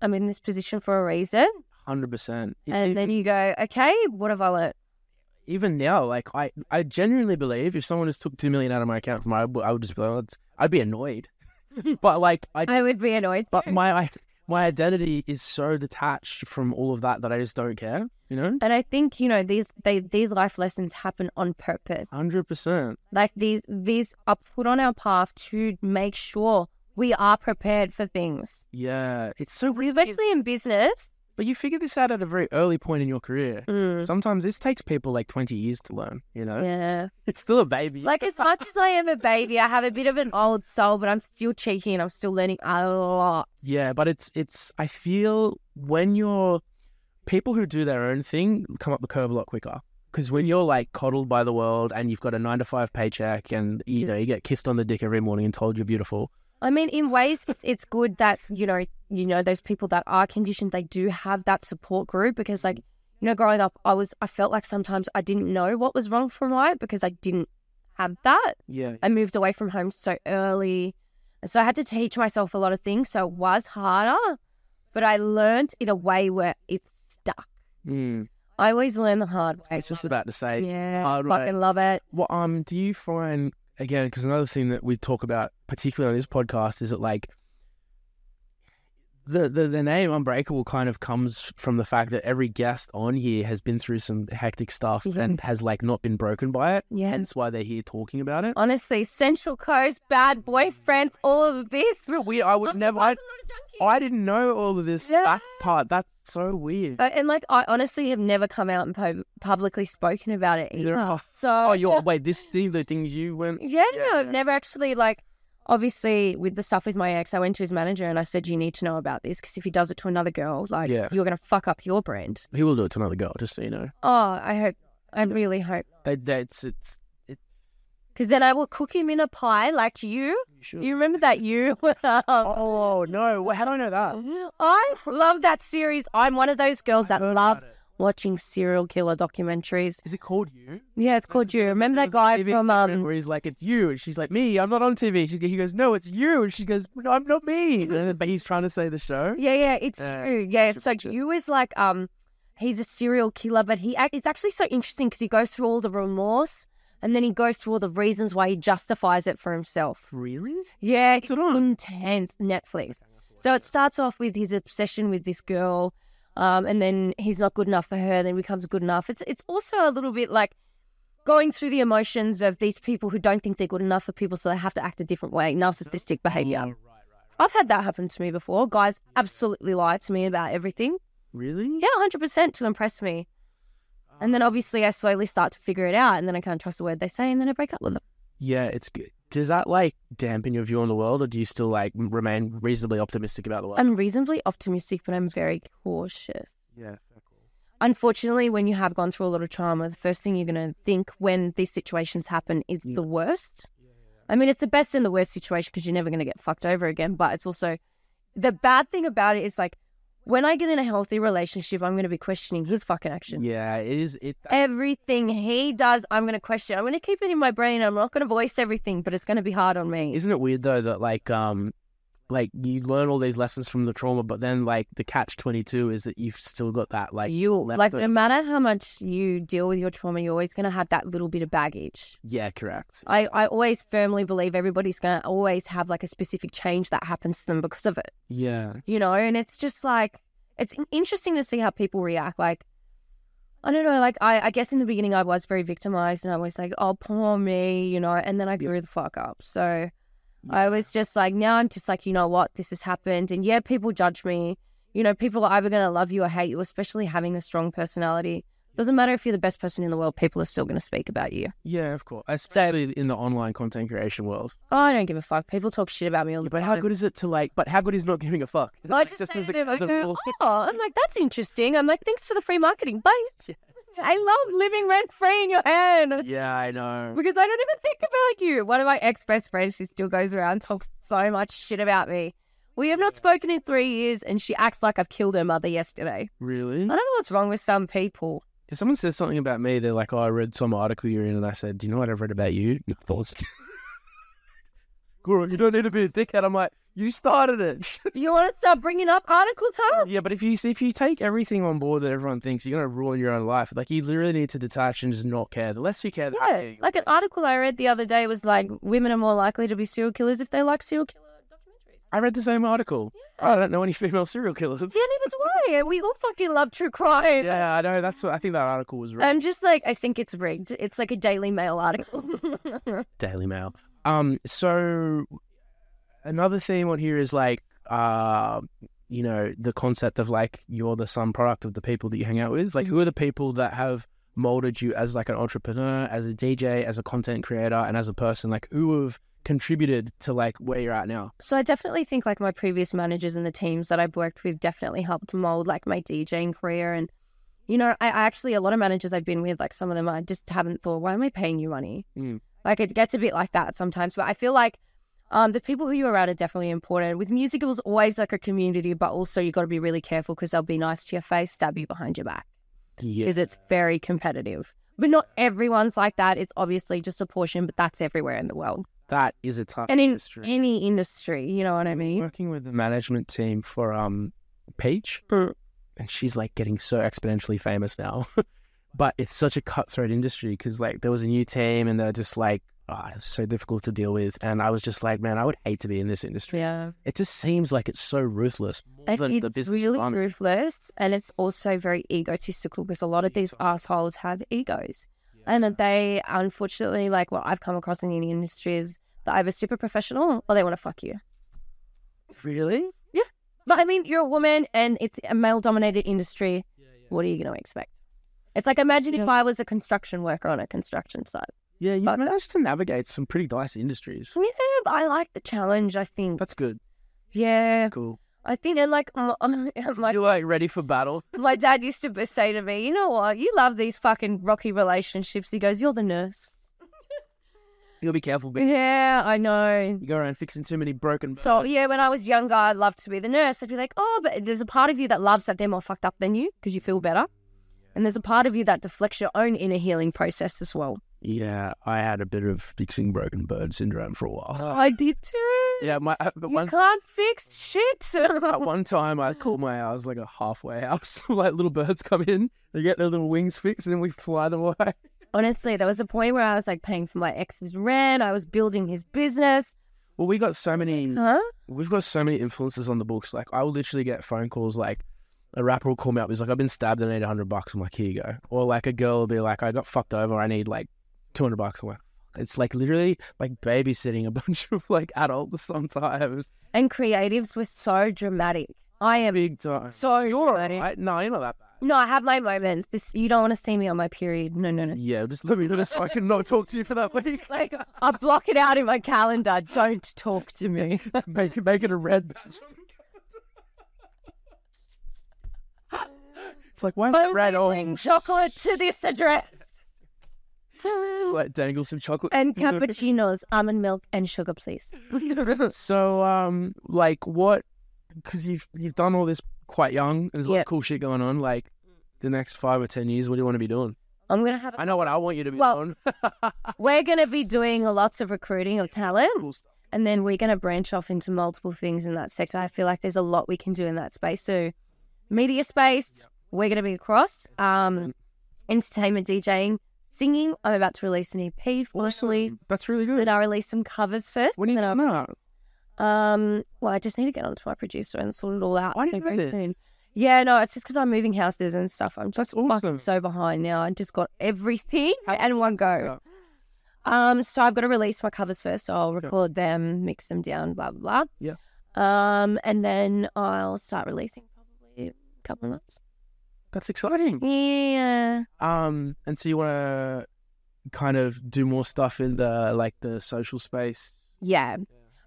S2: I'm in this position for a reason,
S1: Hundred percent. E,
S2: and then you go, okay, what have I learned?
S1: even now, like I, I genuinely believe if someone just took two million out of my account tomorrow, I would- I would just be like, "Oh, it's- I'd be annoyed. but like I,
S2: I would be annoyed.
S1: but
S2: too.
S1: my I, my identity is so detached from all of that that I just don't care. You know,
S2: And I think you know these they, these life lessons happen on purpose.
S1: hundred percent.
S2: Like these these are put on our path to make sure we are prepared for things,
S1: Yeah, it's so weird. that you-
S2: especially in business.
S1: But you figure this out at a very early point in your career.
S2: Mm,
S1: Sometimes this takes people like twenty years to learn. You know,
S2: yeah.
S1: it's still a baby.
S2: Like as much as I am a baby, I have a bit of an old soul, but I'm still cheeky and I'm still learning a lot.
S1: Yeah, but it's it's. I feel when you're people who do their own thing come up the curve a lot quicker. Because when you're like coddled by the world and you've got a nine to five paycheck and you know you get kissed on the dick every morning and told you're beautiful,
S2: I mean, in ways, it's, it's good that you know, you know, those people that are conditioned, they do have that support group because, like, you know, growing up, I was, I felt like sometimes I didn't know what was wrong from right because I didn't have that.
S1: yeah,
S2: I moved away from home so early, and so I had to teach myself a lot of things. So it was harder, but I learned in a way where it's stuck.
S1: mm.
S2: I always learn the hard way.
S1: I was just about to say,
S2: yeah,
S1: hard way.
S2: fucking love it.
S1: What um do you find again? Because another thing that we talk about, particularly on this podcast, is that like the, the the name Unbreakable kind of comes from the fact that every guest on here has been through some hectic stuff
S2: Yeah.
S1: and has like not been broken by it.
S2: Yeah.
S1: Hence why they're here talking about it.
S2: Honestly, Central Coast, bad boyfriends, all of this.
S1: It's a bit weird. I would
S2: I'm
S1: never. I,
S2: surprised I'm not a junkie.
S1: I didn't know all of this
S2: Yeah.
S1: back part. That's so weird.
S2: Uh, and like, I honestly have never come out and pub- publicly spoken about it either.
S1: Yeah.
S2: So,
S1: Oh, you wait. This thing, the things you went.
S2: yeah,
S1: Yeah,
S2: no,
S1: yeah.
S2: never actually like. Obviously, with the stuff with my ex, I went to his manager and I said, "You need to know about this because if he does it to another girl, like
S1: Yeah.
S2: you're gonna fuck up your brand."
S1: He will do it to another girl. Just so you know,
S2: Oh, I hope, I really hope,
S1: they, that's it's.
S2: because then I will cook him in a pie like you.
S1: You should.
S2: You remember that you? um,
S1: oh no! How do I know that?
S2: I love that series. I'm one of those girls that love watching serial killer documentaries.
S1: Is it called you?
S2: Yeah, it's called you. Remember that guy from um,
S1: where he's like, "It's you," and she's like, "Me, I'm not on TV." She, he goes, "No, it's you," and she goes, "No, I'm not me." And then- But he's trying to say the show.
S2: Yeah, yeah, it's
S1: Uh,
S2: true. Yeah,
S1: should
S2: so
S1: watch it.
S2: you is like um, he's a serial killer, but he ac- it's actually so interesting because he goes through all the remorse and then he goes through all the reasons why he justifies it for himself.
S1: Really?
S2: Yeah, it's
S1: it on?
S2: intense Netflix. So it starts off with his obsession with this girl, um, and then he's not good enough for her, then becomes good enough. It's it's also a little bit like going through the emotions of these people who don't think they're good enough for people, so they have to act a different way, narcissistic
S1: Oh,
S2: behavior. I've had that happen to me before. Guys absolutely lie to me about everything.
S1: Really?
S2: Yeah, 100% to impress me. And then obviously I slowly start to figure it out and then I can't trust a word they say and then I break up with them.
S1: Yeah, it's good. Does that like dampen your view on the world, or do you still like m- remain reasonably optimistic about the world?
S2: I'm reasonably optimistic, but I'm very cautious.
S1: yeah.
S2: Unfortunately, when you have gone through a lot of trauma, the first thing you're going to think when these situations happen is the worst. I mean, it's the best and the worst situation because you're never going to get fucked over again. But it's also the bad thing about it is like when I get in a healthy relationship, I'm going to be questioning his fucking actions.
S1: Yeah, it is. It.
S2: everything he does, I'm going to question. I'm going to keep it in my brain. I'm not going to voice everything, but it's going to be hard on me.
S1: Isn't it weird though that like um, like you learn all these lessons from the trauma, but then like the catch twenty two is that you've still got that like
S2: you
S1: left
S2: like
S1: o-
S2: no matter how much you deal with your trauma, you're always going to have that little bit of baggage.
S1: yeah, correct.
S2: I, I always firmly believe everybody's going to always have like a specific change that happens to them because of it,
S1: Yeah.
S2: you know? And it's just like, it's in- interesting to see how people react. Like, I don't know, like, I, I guess in the beginning I was very victimized and I was like, oh, poor me, you know? And then I grew the fuck up. So, I was just like, now I'm just like, you know what, this has happened. And yeah, people judge me. You know, people are either going to love you or hate you, especially having a strong personality. Doesn't matter if you're the best person in the world, people are still going to speak about you.
S1: Yeah, of course. Especially in the online content creation world.
S2: Oh, I don't give a fuck. People talk shit about me all the
S1: But
S2: time.
S1: how good is it to like? But how good is not giving a fuck?
S2: I
S1: Like,
S2: just,
S1: just
S2: say
S1: as
S2: to
S1: a-
S2: them, I
S1: as a
S2: go,
S1: rule.
S2: oh, I'm like, that's interesting. I'm like, thanks for the free marketing. Bye. I love living rent free in your head
S1: Yeah, I know.
S2: because I don't even think about you. One of my ex best friends, she still goes around, talks so much shit about me. We have not spoken in three years, and she acts like I've killed her mother yesterday.
S1: Really?
S2: I don't know what's wrong with some people.
S1: If someone says something about me, they're like, "Oh, I read some article you're in," and I said, "Do you know what I've read about you?" Your thoughts. Guru, you don't need to be a dickhead. I'm like, you started it.
S2: You want to start bringing up articles, huh?
S1: yeah, but if you if you take everything on board that everyone thinks, you're gonna ruin your own life. Like you literally need to detach and just not care. The less you care, the happier
S2: Yeah.
S1: you
S2: Like an article I read the other day was like, women are more likely to be serial killers if they like serial killer documentaries.
S1: I read the same article. Oh, I don't know any female serial killers.
S2: Yeah, neither do I. We all fucking love true crime.
S1: Yeah, I know. That's what I think that article was written.
S2: I'm just like, I think it's rigged. It's like a Daily Mail article.
S1: Daily Mail. Um, so another theme on here is like, uh, you know, the concept of like you're the sum product of the people that you hang out with. Like, who are the people that have molded you as like an entrepreneur, as a DJ, as a content creator, and as a person? Like, who have contributed to like where you're at now?
S2: so I definitely think like my previous managers and the teams that I've worked with definitely helped mold like my DJing career. And, you know, I, I actually, a lot of managers I've been with, like some of them, I just haven't thought, why am I paying you money?
S1: Mm.
S2: Like it gets a bit like that sometimes. But I feel like um, the people who you're around are definitely important. With music, it was always like a community, but also you got to be really careful because they'll be nice to your face, stab you behind your back.
S1: Yeah.
S2: because it's very competitive. But not everyone's like that. It's obviously just a portion, but that's everywhere in the world.
S1: That is a tough
S2: And in
S1: industry.
S2: any industry, you know what I mean?
S1: Working with the management team for um Peach,
S2: Mm.
S1: and she's like getting so exponentially famous now. but it's such a cutthroat industry because like there was a new team and they're just like, ah, it's so difficult to deal with. And I was just like, man, I would hate to be in this industry.
S2: Yeah.
S1: It just seems like it's so ruthless. More than the
S2: It's
S1: business
S2: really
S1: climate.
S2: ruthless and it's also very egotistical because a lot of these assholes have egos. And they, unfortunately, like what I've come across in the industry is they're either super professional or they want to fuck you.
S1: Really?
S2: But I mean, you're a woman and it's a male dominated industry. What are you going to expect? It's like imagine if I was a construction worker on a construction site.
S1: Yeah, you
S2: But-
S1: managed to navigate some pretty nice industries.
S2: Yeah, but I like the challenge. I think.
S1: That's good.
S2: Yeah,
S1: Cool.
S2: I think they're like mm, mm, my
S1: You're like ready for battle.
S2: my dad used to b- say to me, "You know what? You love these fucking rocky relationships." He goes, "You're the nurse."
S1: You'll be careful. But
S2: Yeah, I know.
S1: you go around fixing too many broken.
S2: So yeah, when I was younger, I loved to be the nurse. I'd be like, "Oh, but there's a part of you that loves that they're more fucked up than you because you feel better." And there's a part of you that deflects your own inner healing process as well.
S1: Yeah, I had a bit of fixing broken bird syndrome for a while.
S2: I did too.
S1: Yeah, my uh, but
S2: Oh. you
S1: one
S2: can't fix shit.
S1: at one time I called my house like a halfway house. like little birds come in, they get their little wings fixed, and then we fly them away.
S2: Honestly, there was a point where I was like paying for my ex's rent. I was building his business.
S1: Well, we got so many,
S2: Huh?
S1: we've got so many influences on the books. Like I will literally get phone calls like. A rapper will call me up. He's like, "I've been stabbed. I need hundred bucks." I'm like, "Here you go." Or like a girl will be like, "I got fucked over. I need like two hundred bucks." I'm like, "It's like literally like babysitting a bunch of like adults sometimes."
S2: And creatives were so dramatic. I am
S1: Big time.
S2: so
S1: You're
S2: dramatic.
S1: alright. No, you're not that bad.
S2: No, I have my moments. This you don't want to see me on my period. No, no, no.
S1: Yeah, just let me know so I can not talk to you for that week.
S2: Like I block it out in my calendar. Don't talk to me.
S1: Make it, make it a red badge. it's like why is it
S2: I'm
S1: red Oh,
S2: bring
S1: orange?
S2: chocolate to this address.
S1: Like dangle some chocolate
S2: and cappuccinos, almond milk, and sugar, please.
S1: So um, like what? Because you've you've done all this quite young, and there's like
S2: Yeah.
S1: cool shit going on. Like the next five or ten years, what do you want to be doing?
S2: I'm gonna have.
S1: I know what I want you to be
S2: Well-
S1: doing.
S2: We're gonna be doing lots of recruiting of talent.
S1: cool stuff.
S2: And then we're going to branch off into multiple things in that sector. I feel like there's a lot we can do in that space. So, media space, we're going to be across. Um, entertainment DJing, singing. I'm about to release an EP finally.
S1: Awesome. That's really
S2: Then
S1: good.
S2: I'll release some covers first.
S1: When are you
S2: then I'll-
S1: coming out?
S2: Um, well, I just need to get onto my producer and sort it all out.
S1: Why
S2: so
S1: didn't you
S2: very
S1: do this?
S2: soon. Yeah, no, it's just because I'm moving houses and stuff. I'm just
S1: That's awesome.
S2: fucking so behind now. I just got everything
S1: How
S2: and one go.
S1: Yeah.
S2: Um, so I've got to release my covers first. So I'll record them, mix them down, blah blah blah.
S1: Yeah.
S2: Um, and then I'll start releasing probably a couple of months.
S1: That's exciting.
S2: Yeah.
S1: Um, and so you want to kind of do more stuff in the like the social space.
S2: Yeah.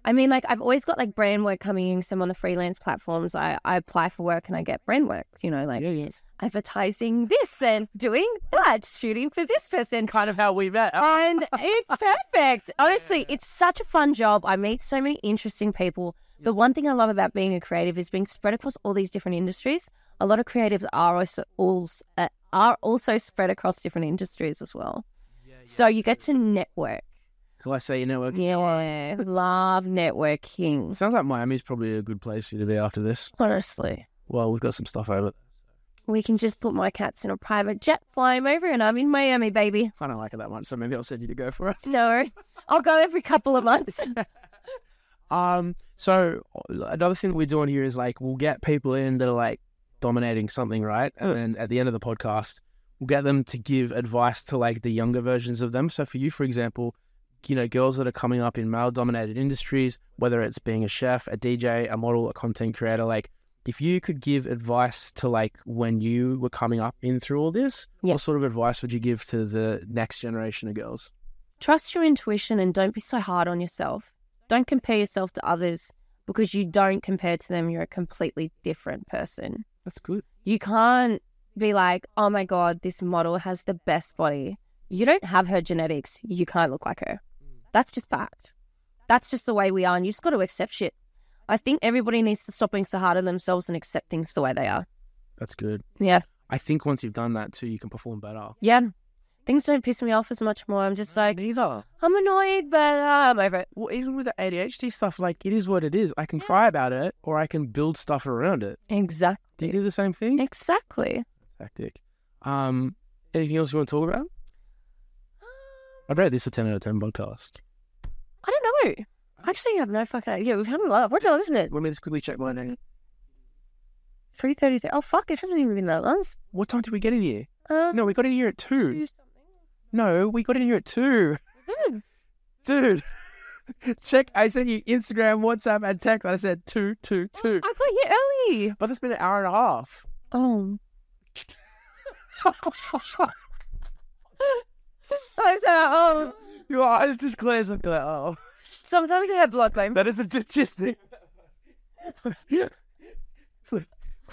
S2: I mean, like I've always got like brand work coming in. Some on the freelance platforms, I, I apply for work and I get brand work. You know, like
S1: yeah, yeah.
S2: advertising this and doing that, shooting for this person, kind of
S1: how we met.
S2: and it's perfect. Honestly,
S1: Yeah.
S2: it's such a fun job. I meet so many interesting people. The one thing I love about being a creative is being spread across all these different industries. A lot of creatives are also all, uh, are also spread across different industries as well.
S1: Uh,
S2: So you get to network.
S1: Can I say you know? what?
S2: Yeah, love networking.
S1: Sounds like Miami's probably a good place for you to be after this.
S2: Honestly,
S1: Well, we've got some stuff over.
S2: we can just put my cats in a private jet, fly them over, and I'm in Miami, baby.
S1: I don't like it that much, so maybe I'll send you to go for us.
S2: No, I'll go every couple of months.
S1: Um, so another thing that we're doing here is like we'll get people in that are like dominating something, right? And then at the end of the podcast, we'll get them to give advice to like the younger versions of them. So for you, for example, you know, girls that are coming up in male dominated industries, whether it's being a chef, a DJ, a model, a content creator, like if you could give advice to like when you were coming up in through all this,
S2: Yeah.
S1: what sort of advice would you give to the next generation of girls?
S2: Trust your intuition and don't be so hard on yourself. Don't compare yourself to others because you don't compare to them. You're a completely different person.
S1: That's good.
S2: You can't be like, oh my God, this model has the best body. You don't have her genetics. You can't look like her. That's just fact. That's just the way we are. And you just got to accept shit. I think everybody needs to stop being so hard on themselves and accept things the way they are.
S1: That's good.
S2: Yeah.
S1: I think once you've done that too, you can perform better.
S2: Yeah. Things don't piss me off as much more. I'm just like,
S1: Neither.
S2: I'm annoyed, but uh, I'm over it.
S1: Well, even with the ADHD stuff, like it is what it is. I can cry about it, or I can build stuff around it. Do you
S2: Exactly.
S1: do the same thing?
S2: Exactly.
S1: Tactic. Um, anything else you want to talk about?
S2: Um,
S1: I'd rate this a ten out of ten podcast.
S2: I don't know. I Actually, I have no fucking idea. We've had a lot. What time isn't it?
S1: Let me just quickly check my name.
S2: Three thirty. Oh fuck! It hasn't even been that long.
S1: What time did we get in here?
S2: Um,
S1: No, we got in here at two.
S2: do something.
S1: No, we got in here at two, dude. check. I sent you Instagram, WhatsApp, and text. and I said two, two, two.
S2: Oh, I got here early.
S1: But it's been an hour and a half.
S2: Oh, I was like, oh.
S1: Your eyes just glaze up. You're like, oh,
S2: Sometimes I have blood blame.
S1: that is a statistic. Put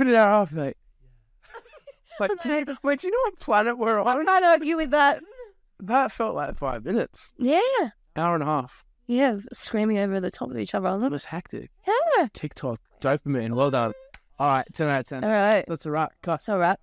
S1: it out off, mate. Like, do you, wait, do you know what planet we're
S2: I
S1: on?
S2: can't argue with that.
S1: That felt like five minutes,
S2: Yeah,
S1: hour and a half.
S2: yeah. Screaming over the top of each other. I
S1: That
S2: love it.
S1: was hectic.
S2: Yeah.
S1: TikTok, dopamine. Well done. All right, ten out of ten.
S2: All right.
S1: That's a wrap. Cut.
S2: That's all right.